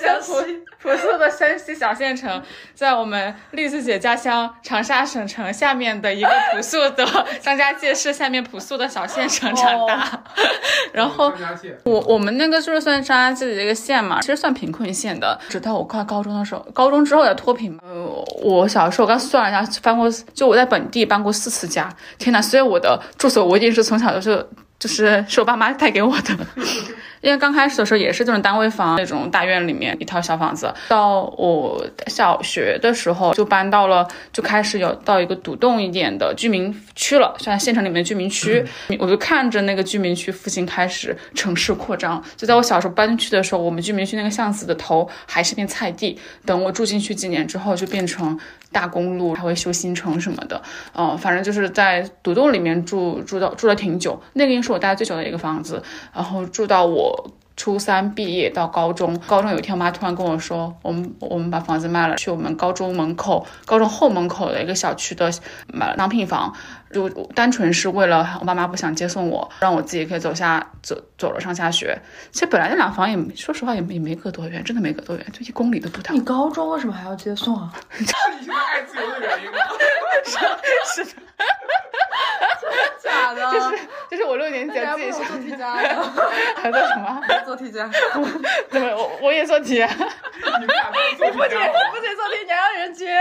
A: 相
B: 朴朴素的山西小县城，在我们栗子姐家乡长沙省城下面的一个朴素的 张家界市下面朴素的小县城长大， 然后。
D: 张家界，
B: 我我们那个就是算张家界的一个县嘛，其实算贫困县的。直到我快高中的时候，高中之后才脱贫嘛。呃，我小时候我刚算了一下，搬过就我在本地搬过四次家，天呐！所以我的住所我一定是从小就是 就是是我爸妈带给我的。 因为刚开始的时候也是这种单位房那种大院里面一套小房子，到我小学的时候就搬到了，就开始有到一个独栋一点的居民区了，算县城里面的居民区。我就看着那个居民区附近开始城市扩张。就在我小时候搬进去的时候，我们居民区那个巷子的头还是片菜地，等我住进去几年之后，就变成大公路，还会修新城什么的。嗯、反正就是在独栋里面住住到住了挺久，那个应该是我待的最久的一个房子。然后住到我初三毕业到高中，高中有一天我妈突然跟我说，我们我们把房子卖了，去我们高中门口、高中后门口的一个小区的买了商品房，就单纯是为了我爸妈不想接送我，让我自己可以走下走走了上下学。其实本来那两房也说实话也没也没隔多远，真的没隔多远，就一公里都不 到
C: 你。高中为什么还要接送 啊？
D: 你现在爱自由的原因吗？
C: 假的，
B: 这是我六年级
C: 大家
B: 自
C: 不用
B: 己想
C: 做题家呀，
B: 还做什么？
C: 做题家。
B: 怎么 我我也做题、
D: 你们俩都是做题
A: 哎
D: 家，
C: 不仅做题，你还
A: 啊
C: 让人接，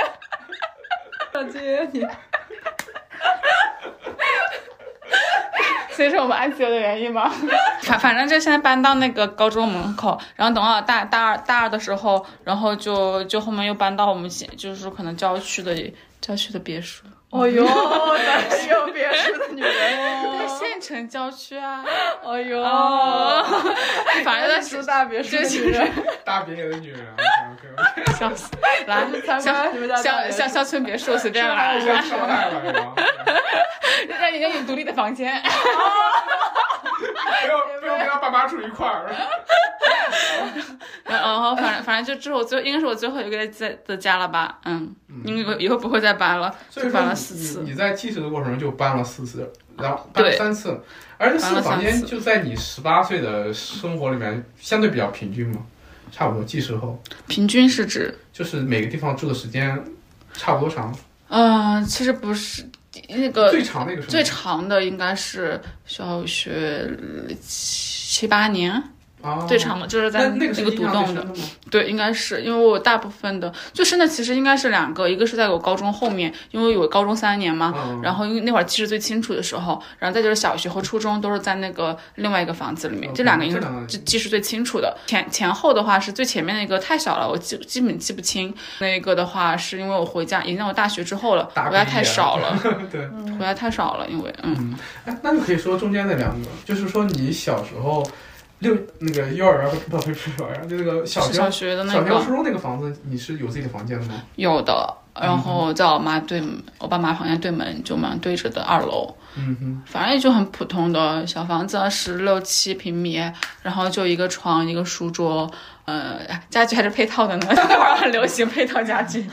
C: 要 接你。
B: 所以是我们安吉的原因吗？ 反反正就现在搬到那个高中门口，然后等到大大二大二的时候，然后就就后面又搬到我们县，就是说可能郊区的郊区的别墅，
C: 哦呦，咱是有别墅的女人
B: 在
C: 哦。
B: 县城郊区啊，
C: 哦
B: 哦
C: 呦，，
B: 反正在
C: 住大别墅的女人，
D: 大别野的女人，OK OK，
B: 笑死，来
C: 参观你们家大
B: 乡
C: 别
B: 乡
C: 墅。
B: 乡村别墅随便来，
D: 像上海了，然后
B: 让你让你独立的房间，
D: 没有没有跟他爸妈住一块儿，
B: 然后反正反正就之后最应该是我最后一个在的家了吧，嗯，因为我以后不会再搬了，
D: 所以
B: 就
D: 说
B: 搬
D: 你
B: 了四次
D: 你。你在记事的过程中就搬了四次，然后搬了
B: 对
D: 三次，而这四个房
B: 搬了三
D: 间
B: 次
D: 就在你十八岁的生活里面相对比较平均嘛，差不多记事后
B: 平均是指
D: 就是每个地方住的时间差不多长，
B: 嗯，其实不是那个
D: 最长的一个是
B: 最长的应该是小学七八年，
D: 啊
B: 最长的就是
D: 那
B: 在
D: 那个是
B: 个
D: 印
B: 独
D: 象最深
B: 栋的，
D: 吗？
B: 对，应该是因为我大部分的最深的其实应该是两个，一个是在我高中后面，因为我高中三年嘛，
D: 嗯
B: 啊然后因为那会儿记事最清楚的时候，然后再就是小学和初中都是在那个另外一个房子里面，这
D: 嗯
B: 两个应该是记记是最清楚的。前前后的话是最前面那个太小了，我基基本记不清。那个的话是因为我回家，已经在我大学之后了，
D: 大
B: 回家
D: 毕
B: 太
D: 业
B: 少了，
D: 对，
B: 回家太少了，因为嗯，
D: 嗯，哎，那就可以说中间那两个，就是说你小时候六那个幼儿园不不不是幼儿园，就那个小
B: 是
D: 学
B: 小学的那
D: 小学
B: 个
D: 初中那个房子，你是有自己的房间的吗？
B: 有的。
D: 嗯
B: 然后在我妈对我爸妈房间对门，就门对着的二楼，
D: 嗯哼，
B: 反正也就很普啊通的小房子，十六七平米，然后就一个床，一个书桌，呃，家具还是配套的呢， 那会儿很流行配套家具，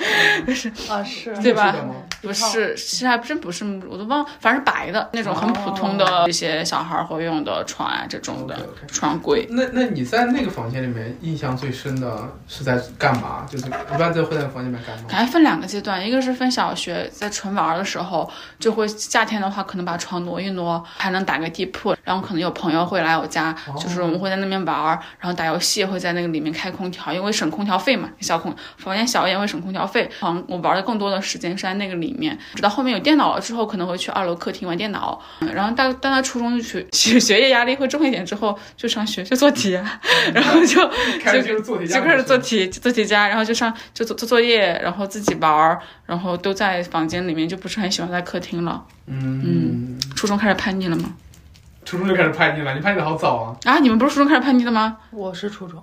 B: 就是
C: 啊，是
B: 对吧
D: 是的吗
B: 不是，是还真不是木质，我都忘，反正是白的那种很普通的一些小孩儿会用的床啊这种的
D: OK，OK
B: 床柜。
D: 那那你在那个房间里面印象最深的是在干嘛？就是一般在会在房间里面干嘛？
B: 感觉分两个阶段，一个是分小学在纯玩儿的时候，就会夏天的话可能把床挪一挪，还能打个地铺，然后可能有朋友会来我家，
D: 哦
B: 就是我们会在那边玩儿，然后打游戏会在那个里面开空调，因为省空调费嘛，小空房间小一点会省空调费。好像我玩的更多的时间是在那个里面，直到后面有电脑了之后，可能会去二楼客厅玩电脑，嗯然后到到他初中就学学 学业压力会重一点之后，就上学就做题啊， 然后就
D: 开始就是做题，
B: 就开始做。题做题家，然后就上就做做作业，然后自己玩儿，然后都在房间里面，就不是很喜欢在客厅了。
D: 嗯，
B: 初中开始叛逆了吗？
D: 初中就开始叛逆了，你叛逆的好早 啊！
B: 啊，你们不是初中开始叛逆的吗？
C: 我是初中，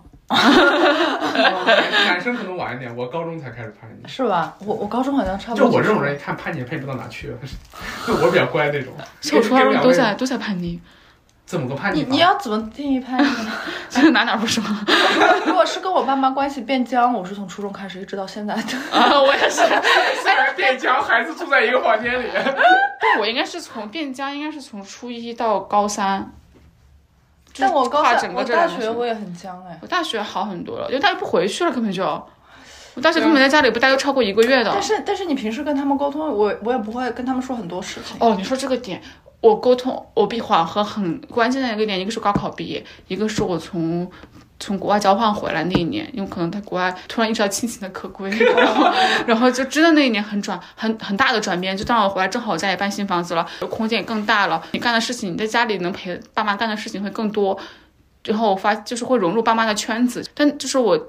D: 男生可能晚一点，我高中才开始叛逆。
C: 是吧？我我高中好像差不
D: 就
C: 多。
D: 我这种人，一看叛逆也叛逆不到哪去了， 就我比较乖那种。
B: 小初二
D: 跟两
B: 都
D: 位
B: 在都在叛逆，
D: 怎么个叛逆
C: 你
D: 法？
C: 你要怎么定义叛逆呢？
B: 就是哪哪不爽啊
C: 如果是跟我爸妈关系变僵，我是从初中开始一直到现在的。
B: 啊！我也是，
D: 虽然变僵，孩子住在一个房间里。
B: 但我应该是从变僵，应该是从初一到高三。就是
C: 但我高
B: 跨
C: 三
B: 整，个
C: 我
B: 这
C: 大
B: 两个
C: 学
B: 学
C: 我也很僵哎。
B: 我大学好很多了，因为大学不回去了，根本就。我大学根本在家里不待过超过一个月的
C: 但。是但是你平时跟他们沟通，我我也不会跟他们说很多事情。
B: 哦，你说这个点，我沟通我比缓和很关键的一个点，一个是高考毕业，一个是我从从国外交换回来那一年，因为可能在国外突然意识到亲情的可贵，然后然后就真的那一年很转很很大的转变，就当我回来正好我家里搬新房子了，空间也更大了，你干的事情你在家里能陪爸妈干的事情会更多，然后我发就是会融入爸妈的圈子，但就是我。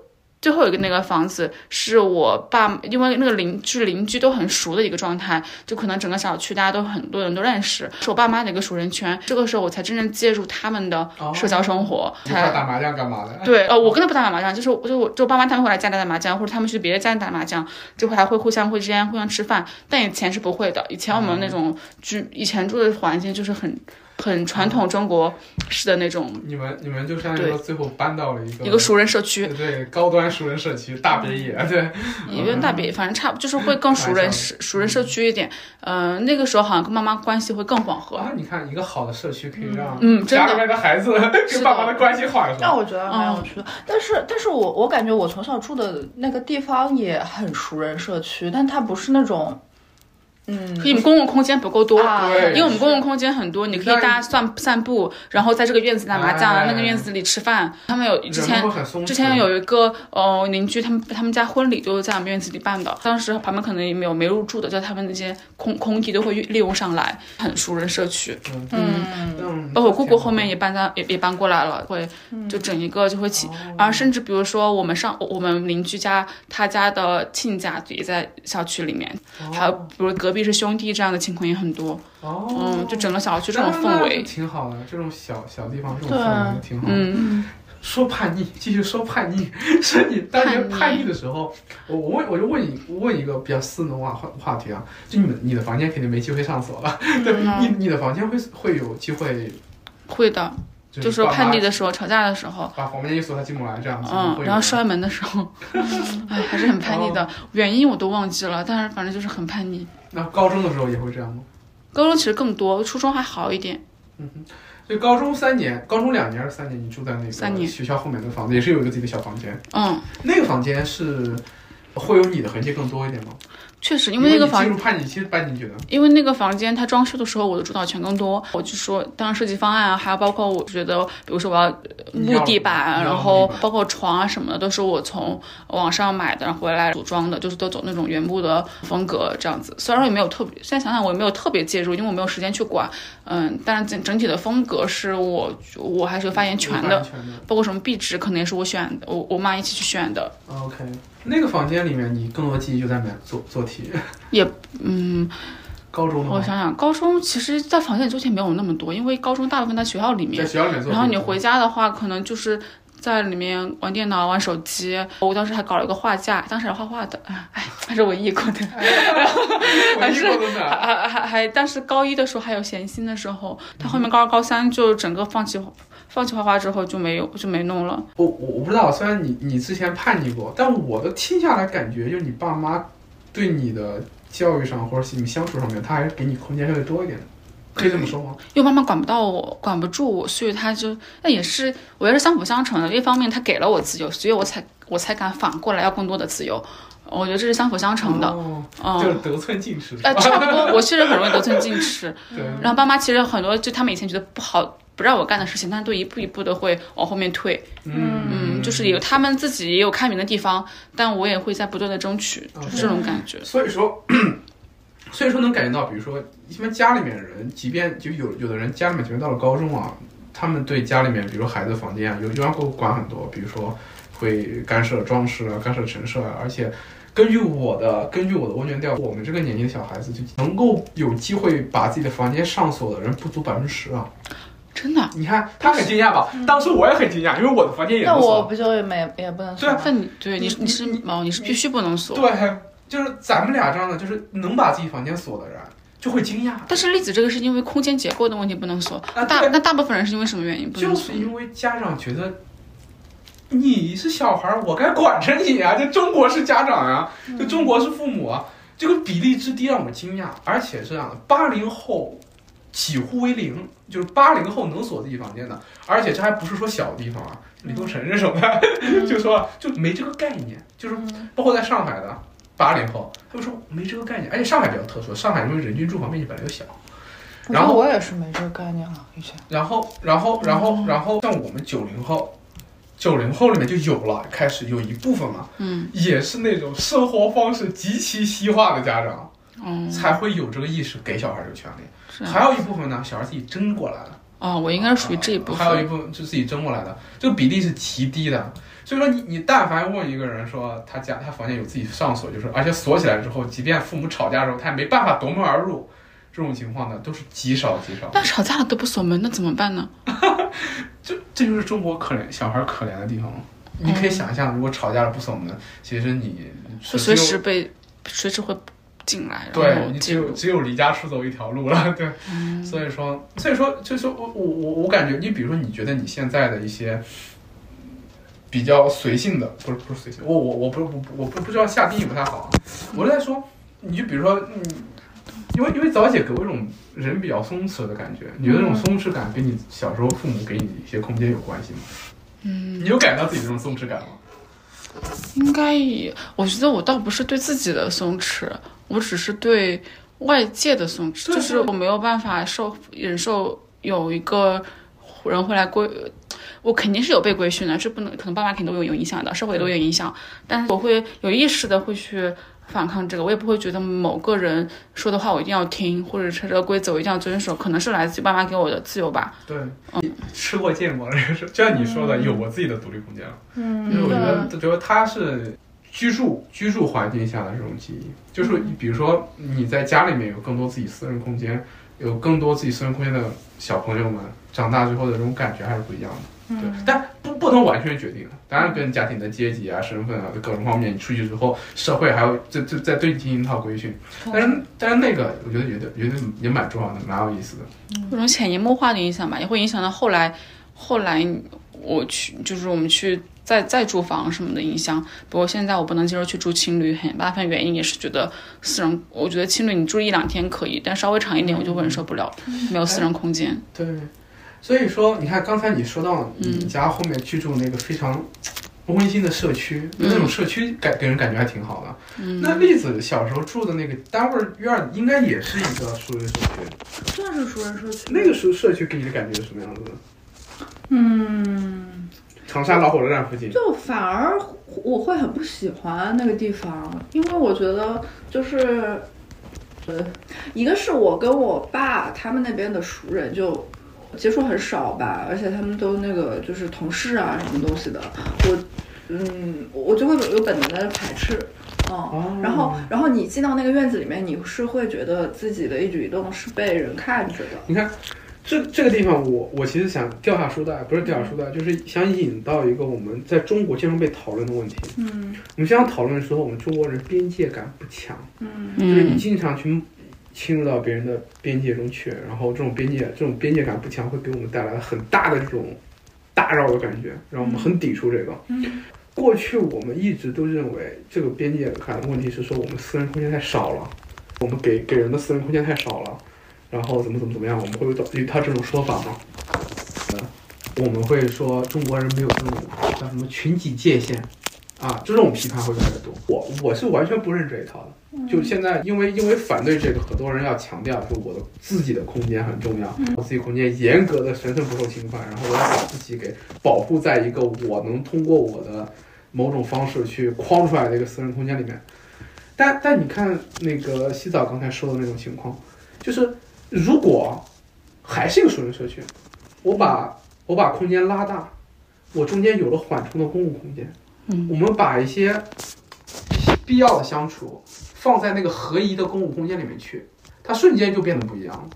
B: 最后一个那个房子是我爸，因为那个邻就是邻居都很熟的一个状态，就可能整个小区大家都很多人都认识，是我爸妈的一个熟人圈。这个时候我才真正介入他们的
D: 哦
B: 社交生活，
D: 你怕
B: 才
D: 打麻将干嘛的？
B: 对，呃，我根本不打麻将，就是就我就我爸妈他们会来家里打麻将，或者他们去别的家里打麻将，就还会互相会之间互相吃饭，但以前是不会的。以前我们
D: 哦
B: 那种居以前住的环境就是很很传
D: 哦
B: 统中国式的那种
D: 你们你们就相当于
B: 对
D: 说最后搬到了一个
B: 一个熟人社区，
D: 对对高端熟人社区大别
B: 嗯
D: 野，对，
B: 也不用
D: 嗯
B: 大别，反正差不就是会更熟人社熟人社区一点。嗯、那个时候好像跟妈妈关系会更缓和。
D: 啊，你看一个好的社区可以让
B: 嗯真
D: 家
B: 的
D: 里面的孩子
B: 是
D: 跟
B: 的
D: 爸妈的关系缓
C: 那
D: 和。
C: 我觉得蛮有
B: 嗯
C: 趣的，但是但是我我感觉我从小住的那个地方也很熟人社区，但它不是那种，嗯，
B: 可以，你们公共空间不够多，
C: 啊
D: 对
B: 因为我们公共空间很多，你可以大家散散步，然后在这个院子打麻将，
D: 哎
B: 那个院子里吃饭。他们有之
D: 人
B: 前
D: 会很松弛
B: 之前有一个呃邻居，他们他们家婚礼就是在我们院子里办的，当时旁边可能也没有没入住的，就他们那些空空地都会利用上来，很熟人社区。
C: 嗯，
D: 嗯，
B: 包括姑姑
D: 挺好嗯
B: 后面也搬到也也搬过来了，会就整一个就会
D: 哦
B: 起，然后甚至比如说我们上我们邻居家他家的亲家也在校区里面，还有比如隔壁是兄弟这样的情况也很多。
D: 哦，
B: 嗯，就整个小区这种
D: 那
B: 氛
D: 那
B: 围，
D: 挺好的，这种小小地方这种
C: 对啊
D: 氛围挺好的。
B: 嗯，
D: 说叛逆，继续说叛逆， 是你当年
B: 叛
D: 叛
B: 逆
D: 逆的时候，我我问我就问你问一个比较私人的话话话题啊，就你们你的房间肯定没机会上锁了，
B: 嗯
D: 对，你你的房间会会有机会，
B: 会的，
D: 就
B: 就是
D: 爸妈
B: 叛逆的时候，吵架的时候，
D: 把房间一锁，他进不来这样子，
B: 嗯，
D: 会有哦
B: 然后摔门的时候， 哎，还是很叛逆的，原因我都忘记了，但是反正就是很叛逆。
D: 那高中的时候也会这样吗？
B: 高中其实更多，初中还好一点，
D: 就高中三年，高中两年还是三年，你住在那
B: 三
D: 个
B: 年
D: 学校后面的房子，也是有一个自己的小房间，
B: 嗯，
D: 那个房间是会有你的痕迹更多一点吗？
B: 确实，因为那个
D: 你
B: 房
D: 进。入叛逆期搬进去的，
B: 因为那个房间，它装修的时候我的主导权更多，我就说当然设计方案啊，还有包括我觉得，比如说我要呃木地
D: 你要
B: 板，啊
D: 你要
B: 然
D: 嗯
B: 后
D: 木地板
B: 包括床啊什么的，都是我从网上买的，然后回来组装的，就是都走那种原木的风格这样子。虽然说也没有特别，现在想想我也没有特别介入，因为我没有时间去管，嗯，但是整整体的风格是我我还是有发言权
D: 有发
B: 的
D: 言，权的。
B: 包括什么壁纸可能也是我选的，我我妈一起去选的，
D: OK，那个房间里面，你更多记忆就在里面做做题。
B: 嗯，
D: 高中的
B: 我
D: 话，
B: 想想，高中其实在房间里做题没有那么多，因为高中大部分在学校里面
D: 在。学校里面做题。
B: 然后你回家的话，可能就是在里面玩电脑、玩手机。我当时还搞了一个画架，当时还画画的，哎，还是文艺过的。
D: 啊我一过都啊
B: 还
D: 难。嗯
B: 还还还，当时高一的时候还有闲心的时候，他后面高二、高三就整个放弃放弃画画之后就没有就没弄了。
D: 我我我不知道，虽然你你之前叛逆过，但我的听下来感觉，就是你爸妈对你的教育上或者是你们相处上面，他还是给你空间稍微多一点的，可以这么说吗？
B: 因为妈妈管不到我，管不住我，所以她就那也是我觉得相辅相成的。一方面她给了我自由，所以我才我才敢反过来要更多的自由。我觉得这是相辅相成的，
D: 哦，
B: 嗯，
D: 就是得寸进尺。
B: 呃，差不多。我确实很容易得寸进尺，
D: 对，
B: 然后爸妈其实很多就他们以前觉得不好不让我干的事情，但是都一步一步的会往后面退。嗯，就是有他们自己也有开明的地方，但我也会在不断的争取，
D: 嗯
B: 就是这种感觉。
D: 所以说， 所以说能感觉到，比如说，一般家里面人，即便就有有的人家里面，即便到了高中啊，他们对家里面，比如孩子房间啊，有有人会管很多，比如说会干涉装饰啊，干涉陈设啊，而且。根据我的根据我的问卷调，我们这个年纪的小孩子就能够有机会把自己的房间上锁的人不足百分之十啊！
B: 真的，
D: 你看他很惊讶吧？当时我也很惊讶，因为我的房间也
C: 那
D: 能
C: 我
D: 锁。
C: 不就也没也不能
D: 对啊
C: 说
B: 但你对你你是哦毛，你是必须不能锁。
D: 对，就是咱们俩这样的，就是能把自己房间锁的人，就会惊讶。
B: 但是栗子这个是因为空间结构的问题不能锁，
D: 啊
B: 大
D: 对
B: 那大部分人是因为什么原因不能
D: 就
B: 锁
D: 是？因为家长觉得你是小孩儿，我该管着你啊！就中国式家长啊，就中国式父母啊，这个比例之低让我惊讶。而且是这样的，八零后几乎为零，就是八零后能锁自己房间的，而且这还不是说小地方啊，理工城这种 的，
B: 嗯
D: 就说就没这个概念，就是包括在上海的八零后，他们说没这个概念，而且上海比较特殊，上海因为人均住房面积本来就小。
C: 我觉
D: 然
C: 得
D: 后
C: 我也是没这个概念了，以前
D: 然后，然后，
B: 嗯
D: 然后，然后，像我们九零后，九零后里面就有了，开始有一部分了，
B: 嗯，
D: 也是那种生活方式极其西化的家长
B: 哦，
D: 才会有这个意识给小孩这个权利，
B: 是啊，
D: 还有一部分呢，小孩自己争过来的，啊
B: 哦，我应该是属于这一部
D: 还有一
B: 分。
D: 部分是自己争过来的，这个比例是极低的。所以说你，你但凡问一个人说他家他房间有自己上锁，就是而且锁起来之后，即便父母吵架的时候，他也没办法夺门而入，这种情况呢，都是极少极少。
B: 那吵架了都不锁门，那怎么办呢？
D: 这这就是中国可怜小孩可怜的地方。你可以想象，如果吵架了不锁门，其实你
B: 会随时被随时会进来，
D: 只有
B: 然后
D: 对你只
B: 进
D: 有
B: 入。嗯
D: 只有离家出走一条路了。对， 所以说所以说就是我我我我感觉，你比如说，你觉得你现在的一些比较随性的，不是不是随性，我我我不是我我不不知道下定义不太好啊。我是在说，你就比如说，嗯，因为因为早姐给我一种人比较松弛的感觉，你觉得
B: 嗯
D: 这种松弛感跟你小时候父母给你一些空间有关系吗？
B: 嗯，
D: 你有感觉到自己这种松弛感吗？
B: 应该也，我觉得我倒不是对自己的松弛，我只是对外界的松弛，
D: 对
B: 就是我没有办法受忍受有一个人会来规，我肯定是有被规训的，是不能，可能爸妈肯定都有有影响的，社会都有影响，但是我会有意识的会去。反抗这个，我也不会觉得某个人说的话我一定要听，或者是这个规则我一定要遵守，可能是来自于爸妈给我的自由吧。
D: 对，
B: 哦
D: 吃过见过了，就是就像你说
B: 嗯
D: 的，有我自己的独立空间了。嗯，因为我觉得，觉得它是居住居住环境下的这种记忆，就是比如说你在家里面有更多自己私人空间，有更多自己私人空间的小朋友们，长大之后的这种感觉还是不一样的。对，但不不能完全决定，当然跟家庭的阶级啊、身份啊各种方面，你出去之后，社会还有这这在对你进行一套规训。但是但是那个，我觉得觉得觉得也蛮重要的，蛮有意思的。
B: 有种潜移默化的影响吧，也会影响到后来，后来我去就是我们去再再住房什么的影响。不过现在我不能接受去住青旅，很大部分原因也是觉得私人，我觉得青旅你住一两天可以，但稍微长一点我就忍受不了，没有私人空间。
D: 对，所以说你看，刚才你说到
B: 嗯
D: 你家后面居住那个非常温馨的社区，
B: 嗯
D: 那种社区感给人感觉还挺好的。
A: 嗯
D: 那栗子小时候住的那个单位院儿，应该也是一个熟人社区。
C: 啊
A: 算是熟人社区
D: 那个时候社区给你的感觉是什么样子的？
A: 嗯，
D: 长沙老火车站附近。
A: 就反而我会很不喜欢那个地方，因为我觉得就是，呃，一个是我跟我爸他们那边的熟人就接触很少吧，而且他们都那个就是同事啊什么东西的，我嗯，我就会有本能的排斥。
D: 哦
A: 嗯，然后，然后你进到那个院子里面，你是会觉得自己的一举一动是被人看着的。
D: 你看，这这个地方我，我其实想掉下书袋，不是掉
A: 嗯
D: 下书袋，就是想引到一个我们在中国经常被讨论的问题。
A: 嗯
D: 我们经常讨论说，我们中国人边界感不强。
A: 嗯
D: 就是你
B: 嗯，
D: 经常去侵入到别人的边界中去，然后这种边界这种边界感不强，会给我们带来很大的这种打扰的感觉，让我们很抵触这个。过去我们一直都认为这个边界感问题是说我们私人空间太少了，我们给给人的私人空间太少了，然后怎么怎么怎么样，我们会有对他这种说法吗？呃我们会说中国人没有这种叫什么群体界限啊，这种批判会越来越多。我我是完全不认这一套的。就现在，因为因为反对这个，很多人要强调说我的自己的空间很重要，我自己空间严格的神圣不受侵犯，然后我要把自己给保护在一个我能通过我的某种方式去框出来的一个私人空间里面。但但你看那个洗澡刚才说的那种情况，就是如果还是一个熟人社区，我把我把空间拉大，我中间有了缓冲的公共空间，
B: 嗯
D: 我们把一些必要的相处。放在那个合宜的公共空间里面去，它瞬间就变得不一样了。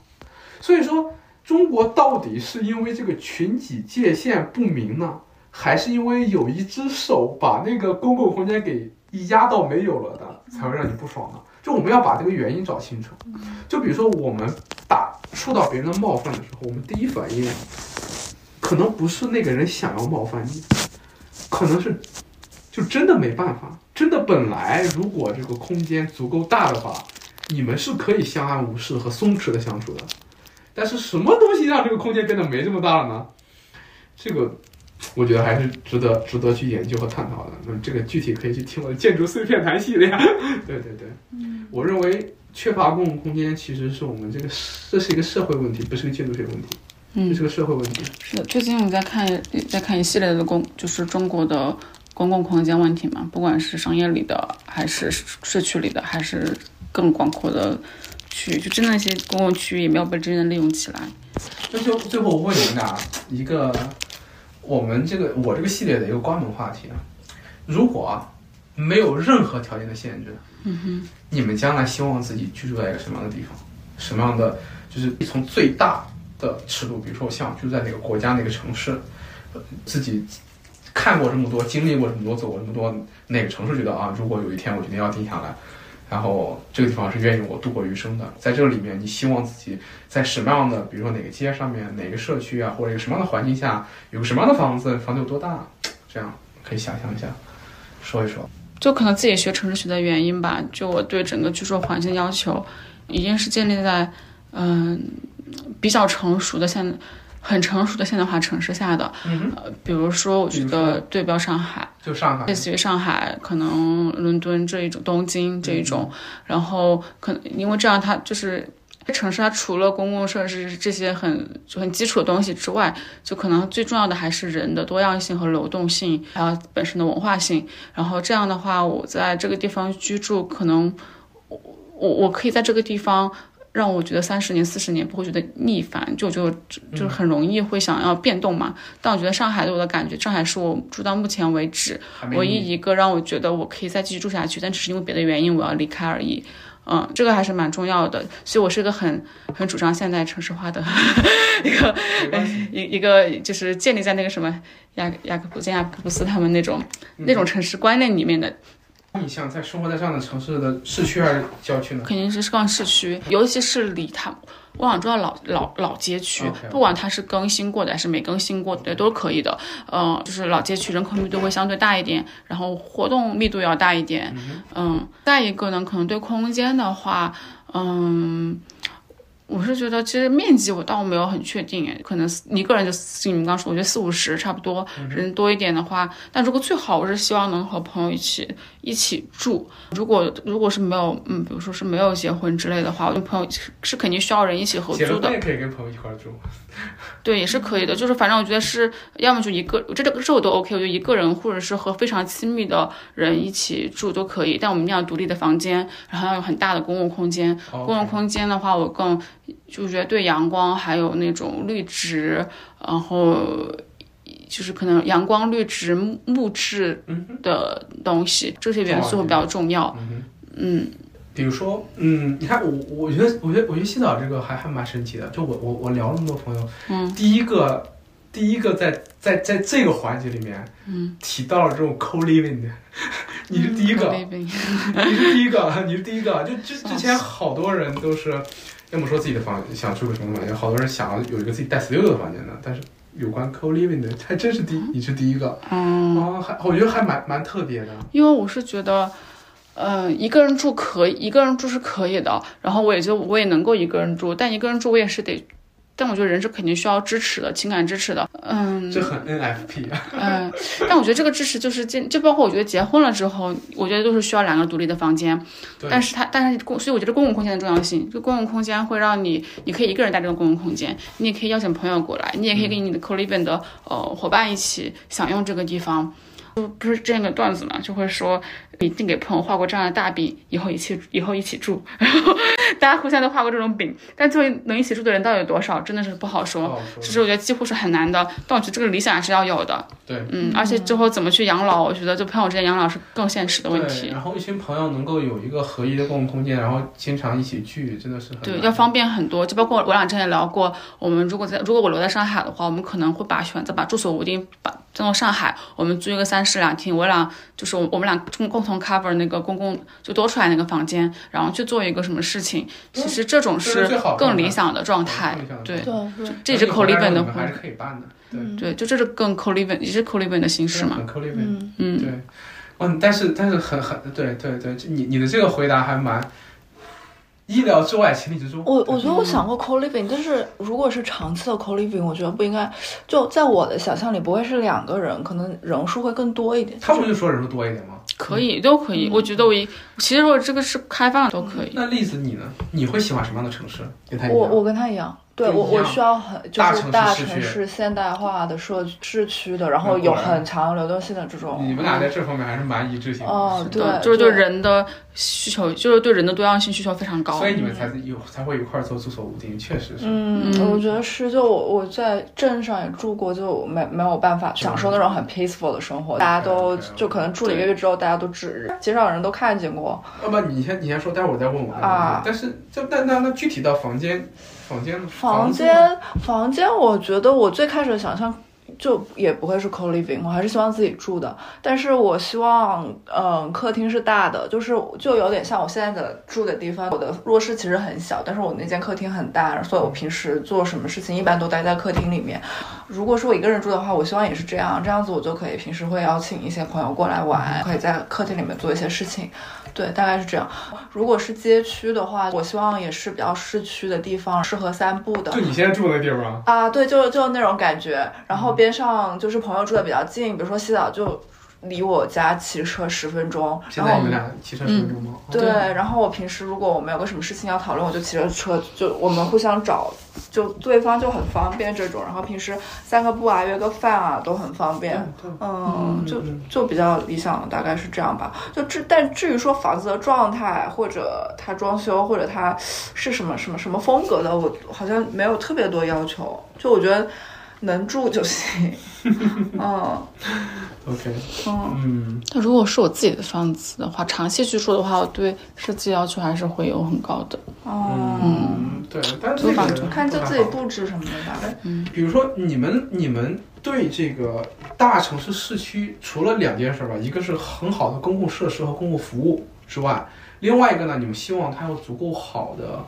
D: 所以说，中国到底是因为这个群体界限不明呢，还是因为有一只手把那个公共空间给压到没有了的，才会让你不爽呢？就我们要把这个原因找清楚。就比如说，我们打触到别人的冒犯的时候，我们第一反应可能不是那个人想要冒犯你，可能是就真的没办法，真的本来如果这个空间足够大的话，你们是可以相安无事和松弛的相处的。但是什么东西让这个空间变得没这么大了呢？这个我觉得还是值得值得去研究和探讨的。那么这个具体可以去听我的建筑碎片谈系列。 对对对，我认为缺乏公共空间其实是我们这个这是一个社会问题，不是个建筑学问题，这
B: 嗯
D: 是，个社会问题。
B: 是的。最近我在看在看一系列的公，就是中国的公共空间问题嘛，不管是商业里的，还是市区里的，还是更广阔的区域，就真的那些公共区域也没有被真正利用起来。
D: 那就最后我问你们俩一个，我们这个我这个系列的一个关门话题啊，如果啊没有任何条件的限制，
B: 嗯哼，
D: 你们将来希望自己居住在一个什么样的地方？什么样的就是从最大的尺度，比如说我想居住在哪个国家、哪个城市，呃自己看过这么多，经历过这么多，走过这么多，哪个城市觉得啊，如果有一天我决定要定下来，然后这个地方是愿意我度过余生的，在这里面，你希望自己在什么样的，比如说哪个街上面、哪个社区啊，或者一个什么样的环境下，有个什么样的房子，房子有多大，这样可以想象一下，说一说。
B: 就可能自己学城市学的原因吧，就我对整个居住环境要求，已经是建立在嗯、比较成熟的现很成熟的现代化城市下的。
D: 嗯哼，
B: 呃，比如说，我觉
D: 比如
B: 得对标上海，
D: 就上海
B: 类。似于上海，可能伦敦这一种，东京这一种，
D: 嗯
B: 然后可能因为这样，它就是。这城市它除了公共设施这些很就很基础的东西之外，就可能最重要的还是人的多样性和流动性，还有本身的文化性。然后这样的话，我在这个地方居住，可能我我我可以在这个地方让我觉得三十年、四十年不会觉得逆反，就就就
D: 嗯
B: 就是很容易会想要变动嘛。但我觉得上海对我的感觉，上海是我住到目前为止
D: 还没
B: 唯
D: 你
B: 一一个让我觉得我可以再继续住下去，但只是因为别的原因我要离开而已。嗯，这个还是蛮重要的，所以我是一个很很主张现代城市化的 一个
D: 没关系
B: 一一个，就是建立在那个什么雅雅各布建雅各布斯他们那种、那
D: 嗯
B: 种城市观念里面的，
D: 你想在生活在这样的城市的市区还是郊区呢？
B: 肯定是逛市区，尤其是离他我想住到老老老街区
D: OK
B: 不管它是更新过的还是没更新过的都是可以的。嗯、就是老街区人口密度会相对大一点，然后活动密度要大一点。嗯，再一个呢，可能对空间的话，嗯。我是觉得，其实面积我倒没有很确定，哎可能四一个人就四你们刚说，我觉得四五十差不多，人多一点的话，但如果最好，我是希望能和朋友一起一起住。如果如果是没有，嗯，比如说是没有结婚之类的话，我跟朋友是是肯定需要人一起合
D: 结了
B: 租的嗯
D: 婚。也可以跟朋友一块儿住。
B: 对，也是可以的。就是反正我觉得是，要么就一个，这这个这我都 OK，我就一个人或者是和非常亲密的人一起住都可以。但我们一定要有独立的房间，然后要有很大的公共空间。
D: 公
B: 公共空间的话，我更就觉得对阳光还有那种绿植，然后就是可能阳光、绿植、木木质
D: 嗯哼
B: 的东西，这些元素会比较重要。
D: 嗯哼，
B: 嗯，
D: 比如说，嗯，你看我，我觉得，我觉得，我觉得西岛这个还还蛮神奇的。就我我我聊了那么多朋友，
B: 嗯，
D: 第一个第一个在在在这个环节里面，
B: 嗯，
D: 提到了这种 co living 的，你是第一个，
B: Living
D: 你是第一个， 你是第一个。就之之前好多人都是，要么说自己的房想住个什么房间，好多人想要有一个自己带 studio 的房间的，但是有关 co living 的，还真是第你是第一个
B: 嗯，
D: 哦，还我觉得还蛮蛮特别的。
B: 因为我是觉得，呃，一个人住可以，一个人住是可以的，然后我也就我也能够一个人住，但一个人住我也是得。但我觉得人是肯定需要支持的，情感支持的，嗯，
D: 这很 NFP 啊，
B: 嗯，但我觉得这个支持就是这，就包括我觉得结婚了之后，我觉得就是需要两个独立的房间，
D: 对
B: 但是它但是公，所以我觉得公共空间的重要性，这公共空间会让你，你可以一个人待这个公共空间，你也可以邀请朋友过来，你也可以跟你的 co-living 的呃伙伴一起享用这个地方。就不是之前有个段子嘛，就会说你定给朋友画过这样的大饼，以后一起以后一起住， 然后大家互相都画过这种饼，但最后能一起住的人到底有多少，真的是不好说。
D: 不好
B: 其
D: 说。
B: 实我觉得几乎是很难的，但我觉得这个理想还是要有的。
D: 对，
B: 嗯，而且之后怎么去养老，我觉得就朋友之间养老是更现实的问
D: 对，
B: 题。
D: 然后一群朋友能够有一个合一的公共空间，然后经常一起聚，真的是很
B: 对，
D: 难
B: 要方便很多，就包括我俩之前也聊过，我们如果在如果我留在上海的话，我们可能会把选择把住所我一定把搬到上海，我们租一个三室两厅，我俩就是我我们俩共共同 cover 那个公共就多出来那个房间，然后去做一个什么事情，其实这种
D: 嗯这是
B: 是
D: 最好的
B: 更
D: 状态
B: 理想的状态
D: 更理想的。
B: 对，
G: 对对，
B: 这也是
D: 而且
B: co
D: 回来之
B: living 的
D: 后你们还
B: 话，
D: 是可以办的，对，
B: 对，就这是更 co living 也是 co living 的形式嘛。
D: 很 co living。
G: 嗯，
B: 嗯，
D: 对，嗯，但是但是很很对对对，这你你的这个回答还蛮意料之外，情理之中。
C: 我
D: 对
C: 我觉得我想过 co living，但是如果是长期的 co living，我觉得不应该，就在我的想象里不会是两个人，可能人数会更多一点。
D: 他不是说人数多一点吗？
B: 可以，都可
D: 嗯
B: 以。我觉得我一，其实我这个是开放的都可以。
D: 那栗子你呢？你会喜欢什么样的城市？跟他一样
C: 我我跟他一样，对
D: 不一
C: 我我
D: 样
C: 需要很就
D: 大城
C: 是
D: 市
C: 大
D: 市
C: 城
D: 区
C: 市现代化的社市区的，然后
D: 嗯
C: 有
D: 果然
C: 很强流动性的这种。
D: 你们俩在这方面还是蛮一致性的。
C: 哦，对，
B: 就是对人的需求，就是对人的多样性需求非常高
D: 所。以你们才有才会一块儿做住所无定，确实是。
C: 嗯，
B: 嗯
C: 我觉得是，就我我在镇上也住过，就没没有办法享受那种很 peaceful 的生活，大家都
D: OK，OK
C: 就可能住了一个月之后，大家都指日，街上人都看见过。
D: 要不你先你先说，待会儿我再问我的问题。
C: 啊
D: 但是这但那那具体到房间，房间呢
C: 房
D: 子呢
C: 间，房间，我觉得我最开始的想象就也不会是 co living，我还是希望自己住的。但是我希望，嗯，客厅是大的，就是就有点像我现在的住的地方，我的卧室其实很小，但是我那间客厅很大，所以我平时做什么事情一般都待在客厅里面。如果是我一个人住的话，我希望也是这样，这样子我就可以平时会邀请一些朋友过来
D: 嗯
C: 玩，可以在客厅里面做一些事情。对，大概是这样。如果是街区的话，我希望也是比较市区的地方，适合散步的
D: 就。你现在住的那地方，
C: 啊，对，就就那种感觉。然
D: 嗯
C: 后边上就是朋友住的比较近，比如说洗澡就离我家骑车十分钟。
D: 现
C: 然
D: 在你
C: 后
D: 们俩骑车十分钟吗？哦
C: 对，然后我平时如果我们有个什么事情要讨论，我就骑着
D: 哦
C: 车，就我们互相找，就对方就很方便这种。然后平时散个步啊，约个饭啊，都很方便。
D: 对
C: 嗯，就
D: 嗯
C: 就比较理想，大概是这样吧。就至但至于说房子的状态，或者它装修，或者它是什么什么什么风格的，我好像没有特别多要求。就我觉得能住就 行。嗯
D: OK，
C: 嗯，
D: 嗯，
B: 但如果是我自己的房子的话，长期居住的话，我对设计要求还是会有很高的。
C: 哦，
D: 嗯，对，但是
B: 租房
D: 这个
C: 看就自己
D: 还好
C: 布置什么的吧。
D: 比如说你们你们对这个大城市市区，除了两件事吧，一个是很好的公共设施和公共服务之外，另外一个呢，你们希望它有足够好的。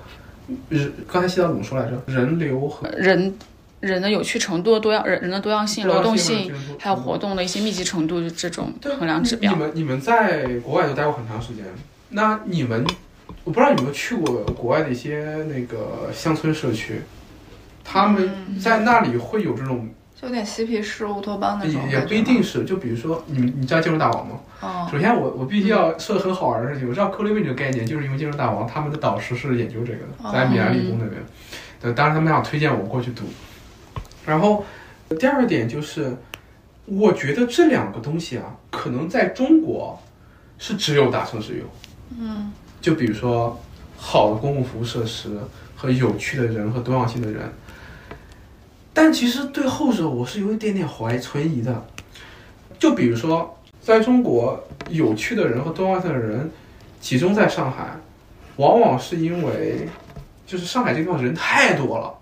D: 人刚才西岛怎么说来着？人流和
B: 人人的有趣程度、多样人人的多样性、流动性，，还有活动的一些密集程度，就这种
D: 嗯对
B: 衡量指标
D: 你。们你们在国外都待过很长时间，那你们我不知道有没有去过国外的一些那个乡村社区，他
B: 嗯
D: 们在那里会有这种，
C: 就有点嬉皮士乌托邦那
D: 也
C: 种感觉
D: 也
C: 吗。
D: 不一定是，就比如说你你知道金融大王吗？
C: 嗯。
D: 首先我，我必须要说很好玩的事情，我知道 co-living 这个概念，就是因为金融大王他们的导师是研究这个的，在米兰理工那边。对，当时他们想推荐我过去读。然后第二点就是，我觉得这两个东西啊，可能在中国是只有大城市有。嗯，就比如说好的公共服务设施和有趣的人和多样性的人。但其实对后者我是有一点点怀存疑的，就比如说在中国，有趣的人和多样性的人集中在上海，往往是因为就是上海这个地方人太多了，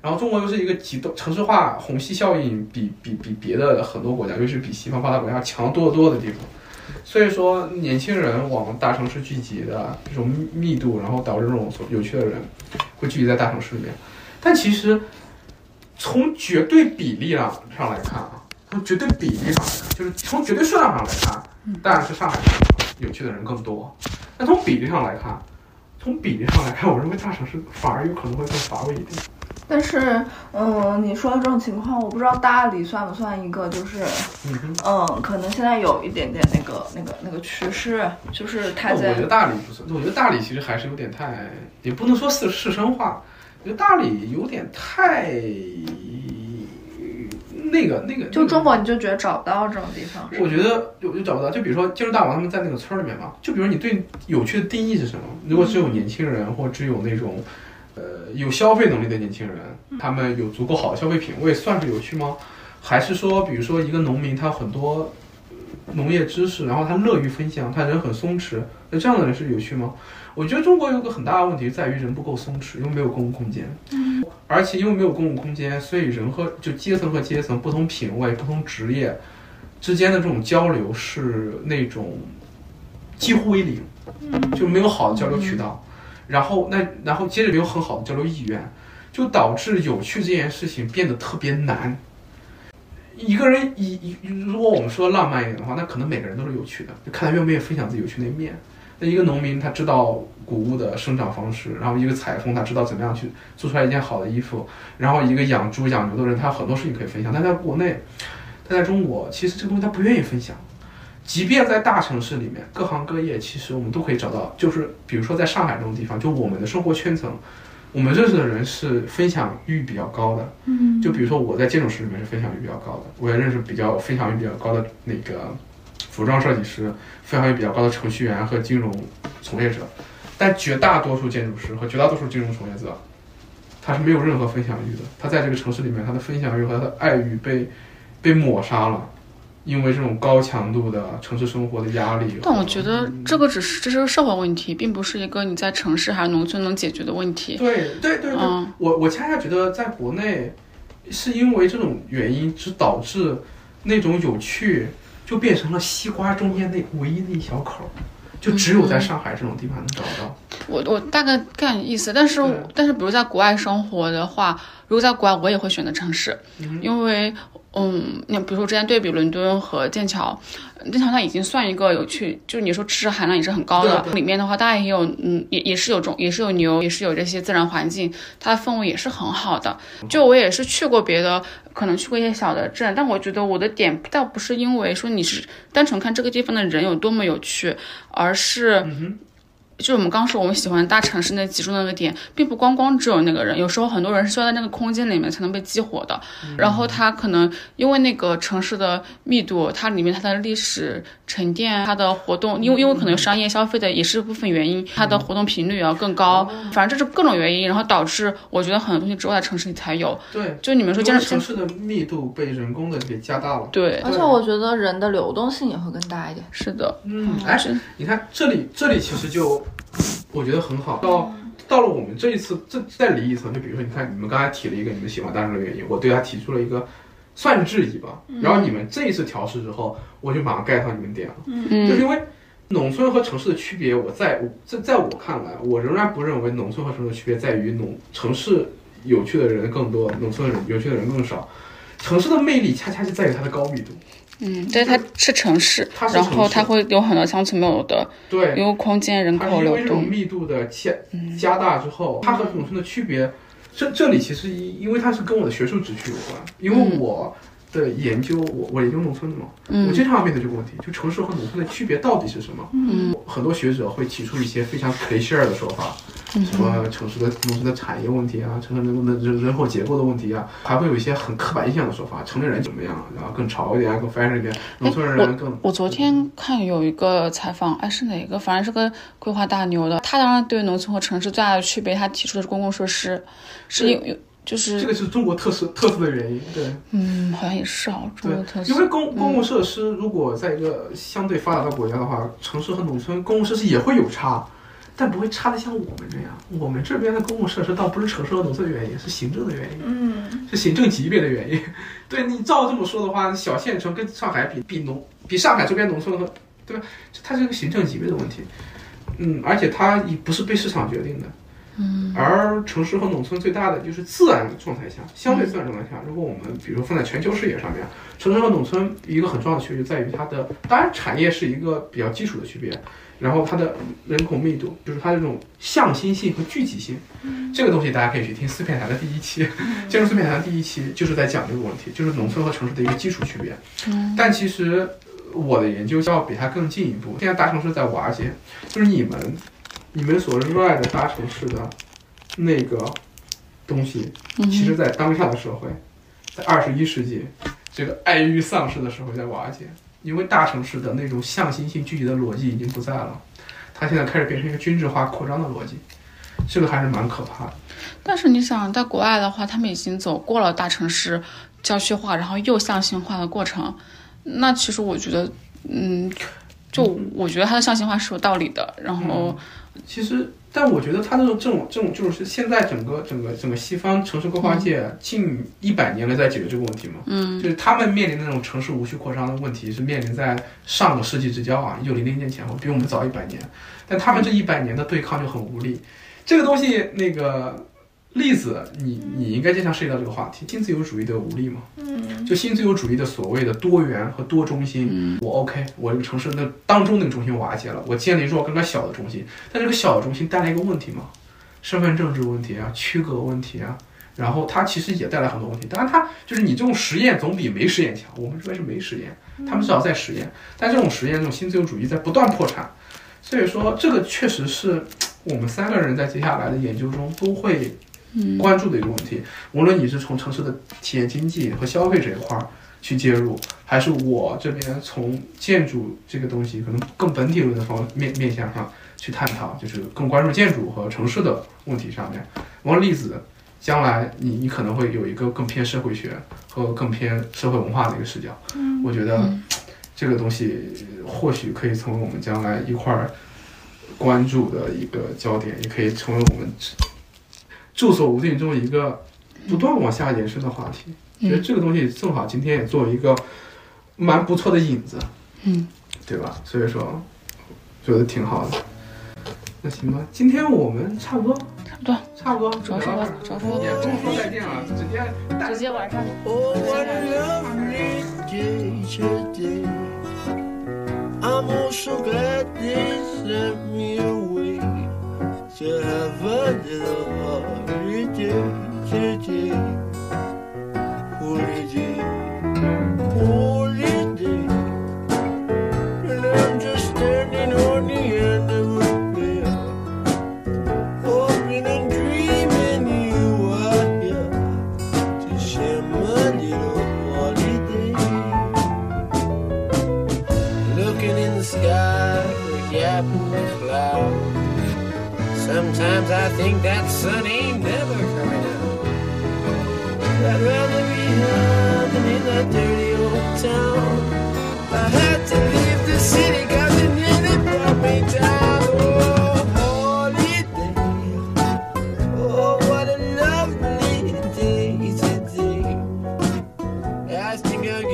D: 然后中国又是一个极端城市化虹吸效应比比比别的很多国家，尤其是比西方发达国家强多得多的地方。所以说，年轻人往大城市聚集的这种密度，然后导致这种有趣的人会聚集在大城市里面。但其实从绝对比例上上来看啊，从绝对比例上来看，啊就是从绝对数量上来看，当然是上海有趣的人更多。但从比例上来看，从比例上来看，我认为大城市反而有可能会更乏味一点。
A: 但是，嗯，你说的这种情况，我不知道大理算不算一个，就是，
D: 嗯哼，
A: 嗯，可能现在有一点点那个、那个、那个趋势，就是它
D: 那我
A: 在
D: 觉得大理不算，我觉得大理其实还是有点太，也不能说是是生化，我觉得大理有点太那个那个。
A: 就
D: 那个
A: 中国，你就觉得找不到这种地方。
D: 我觉得我就找不到，就比如说接触大王他们在那个村儿里面嘛，就比如你对有趣的定义是什么？如果只有年轻人，或只有那种，呃，有消费能力的年轻人，他们有足够好的消费品味，算是有趣吗？还是说，比如说一个农民，他很多呃农业知识，然后他乐于分享，他人很松弛，那这样的人是有趣吗？我觉得中国有个很大的问题在于人不够松弛，因为没有公共空间，而且因为没有公共空间，所以人和就阶层和阶层、不同品位、不同职业之间的这种交流是那种几乎为零，就没有好的交流渠道，然后那然后接着没有很好的交流意愿，就导致有趣这件事情变得特别难。一个人以以如果我们说浪漫一点的话，那可能每个人都是有趣的，就看他愿不愿意分享自己有趣那一面。那一个农民他知道谷物的生长方式，然后一个裁缝他知道怎么样去做出来一件好的衣服，然后一个养猪养牛的人他有很多事情可以分享，但在国内但在中国，其实这个东西他不愿意分享。即便在大城市里面，各行各业其实我们都可以找到，就是比如说在上海这种地方，就我们的生活圈层，我们认识的人是分享欲比较高的。嗯，就比如说我在建筑师里面是分享欲比较高的，我也认识比较分享欲比较高的那个服装设计师，分享欲比较高的程序员和金融从业者，但绝大多数建筑师和绝大多数金融从业者，他是没有任何分享欲的。他在这个城市里面，他的分享欲和他的爱欲被被抹杀了，因为这种高强度的城市生活的压力。
B: 但我觉得这个只是这是个社会问题，并不是一个你在城市还是农村能解决的问题。
D: 对对对对，
B: 嗯
D: 我我恰恰觉得在国内，是因为这种原因，只导致那种有趣就变成了西瓜中间那唯一的一小口儿，就只
B: 嗯
D: 有在上海这种地方能找到。
B: 我我大概概你意思，但是
D: 对
B: 但是比如在国外生活的话，如果在国外，我也会选择城市，
D: 嗯
B: 因为嗯，你比如说之前对比伦敦和剑桥，剑桥它已经算一个有趣，就是你说知识含量也是很高的。里面的话，大家也有嗯，也也是有种，也是有牛，也是有这些自然环境，它的氛围也是很好的。就我也是去过别的，可能去过一些小的镇，但我觉得我的点倒不是因为说你是单纯看这个地方的人有多么有趣，而是。
D: 嗯
B: 就是我们刚说我们喜欢大城市那集中的那个点，并不光光只有那个人，有时候很多人是需要在那个空间里面才能被激活的。
D: 嗯
B: 然后它可能因为那个城市的密度，它里面它的历史沉淀、啊它的活动，因为因为可
D: 嗯
B: 能有商业消费的也是部分原因，它的活动频率要更高。
D: 哦
B: 反正这是各种原因，然后导致我觉得很多东西只有在城市里才有。
D: 对，
B: 就你们说
D: 因
B: 建
D: 为
B: 筑
D: 城市的密度被人工的给加大了。
B: 对，
A: 而且我觉得人的流动性也会更大一点。
B: 是的，
D: 嗯，哎，你看这里，这里其实就我觉得很好。到到了我们这一次，这再离一层，就比如说，你看你们刚才提了一个你们喜欢大众的原因，我对他提出了一个算是质疑吧。
B: 嗯
D: 然后你们这一次调试之后，我就马上 get 到你们点了，就是
B: 嗯
D: 因为农村和城市的区别，我在我在在我看来，我仍然不认为农村和城市的区别在于农城市有趣的人更多，农村的人有趣的人更少。城市的魅力恰恰是在于它的高密度，
B: 嗯，对，它是城市
D: 它，是
B: 然
D: 城
B: 后
D: 市
B: 它会有很多乡村没有的，
D: 对，
B: 因为空间、人
D: 它
B: 口
D: 因
B: 流
D: 为这种
B: 动。嗯
D: 密度的加加大之后，它和农村的区别，这这里其实因因为它是跟我的学术职区有关，因为
B: 嗯
D: 我的研究，我我研究农村的嘛，我
B: 嗯
D: 经常面对这个问题，就城市和农村的区别到底是什么？
B: 嗯，
D: 很多学者会提出一些非常 c l i c h é 的说法，
B: 嗯
D: 什么城市的农村的产业问题啊，城市人口的人人口结构的问题啊，还会有一些很刻板印象的说法，城里人怎么样，然后更潮一点啊，更 fashion 一点，农村人啊更
B: 哎我昨天看有一个采访，哎，是哪个？反正是个规划大牛的，他当然对农村和城市最大的区别，他提出的是公共设施，是因为就
D: 这
B: 是
D: 个是中国特色特色的原因，对。
B: 嗯，好像也是啊，中国特
D: 因为
B: 色。
D: 公公共设施如果在一个相对发达的国家的话，城市和农村公共设施也会有差，但不会差的像我们这样。我们这边的公共设施倒不是城市和农村的原因，是行政的原因，
A: 嗯，
D: 是行政级别的原因。对你照这么说的话，小县城跟上海比，比农比上海周边农村和对吧？这它是一个行政级别的问题。嗯，而且它也不是被市场决定的，
B: 嗯，
D: 而城市和农村最大的就是自然状态下，相对自然状态下，如果我们比如说放在全球视野上面，城市和农村一个很重要的区别就在于它的，当然产业是一个比较基础的区别，然后它的人口密度，就是它的这种向心性和聚集性，这个东西大家可以去听四片台的第一期，建筑四片台的第一期就是在讲这个问题，就是农村和城市的一个基础区别。但其实我的研究要比它更进一步，现在大城市在瓦解，就是你们你们所热爱的大城市的那个东西，
B: 嗯
D: 其实在当下的社会，在二十一世纪这个爱欲丧失的社会在瓦解，因为大城市的那种向心性聚集的逻辑已经不在了，它现在开始变成一个均质化扩张的逻辑，这个还是蛮可怕的。
B: 但是你想，在国外的话，他们已经走过了大城市郊区化，然后又向性化的过程。那其实我觉得，嗯，就我觉得它的向性化是有道理的。然后，
D: 其实，但我觉得它这种这种这种就是现在整个整个整个西方城市规划界近一百年来在解决这个问题嘛，
B: 嗯
D: 就是他们面临的那种城市无序扩张的问题是面临在上个世纪之交啊，一九零零年前后，比我们早一百年，但他们这一百年的对抗就很无力。这个东西，那个例子，你你应该经常涉及到这个话题，新自由主义的无力嘛，
A: 嗯，
D: 就新自由主义的所谓的多元和多中心，
B: 嗯
D: 我 OK，我这个城市那当中那个中心瓦解了，我建立出更加小的中心，但这个小的中心带来一个问题嘛，身份政治问题啊，区隔问题啊，然后它其实也带来很多问题。当然，它就是你这种实验总比没实验强，我们这边是没实验，
C: 嗯
D: 他们至少在实验，但这种实验这种新自由主义在不断破产，所以说这个确实是我们三个人在接下来的研究中都会
B: 嗯
D: 关注的一个问题。无论你是从城市的体验经济和消费这一块儿去介入，还是我这边从建筑这个东西可能更本体论的方面面向上去探讨，就是更关注建筑和城市的问题上面。然后例子，将来你你可能会有一个更偏社会学和更偏社会文化的一个视角。我觉得这个东西或许可以成为我们将来一块儿。关注的一个焦点，也可以成为我们住所无定中一个不断往下延伸的话题。
B: 嗯
D: 觉得这个东西正好今天也做一个蛮不错的引子，
B: 嗯，
D: 对吧？所以说，觉得挺好的。那行吧，今天我们差不多，
B: 差不多，
D: 差不多，
B: 主要是我主
D: 也
B: 要是我
D: 不用说再见了，直接大
B: 直接晚上。
H: Oh, what a lovely day today. I'm also glad they sent me away to have a little holiday today. Holiday, holiday. And I'm just standing on the end of a pier, hoping and dreaming you are here to share my little holiday. Looking in the sky, gapping the clouds. Sometimes I think that sun ain't never coming out. I'd rather be home than in that dirty old town. I had to leave the city 'cause it nearly brought me down. Oh, holiday. Oh, what a lovely day today. I think I'll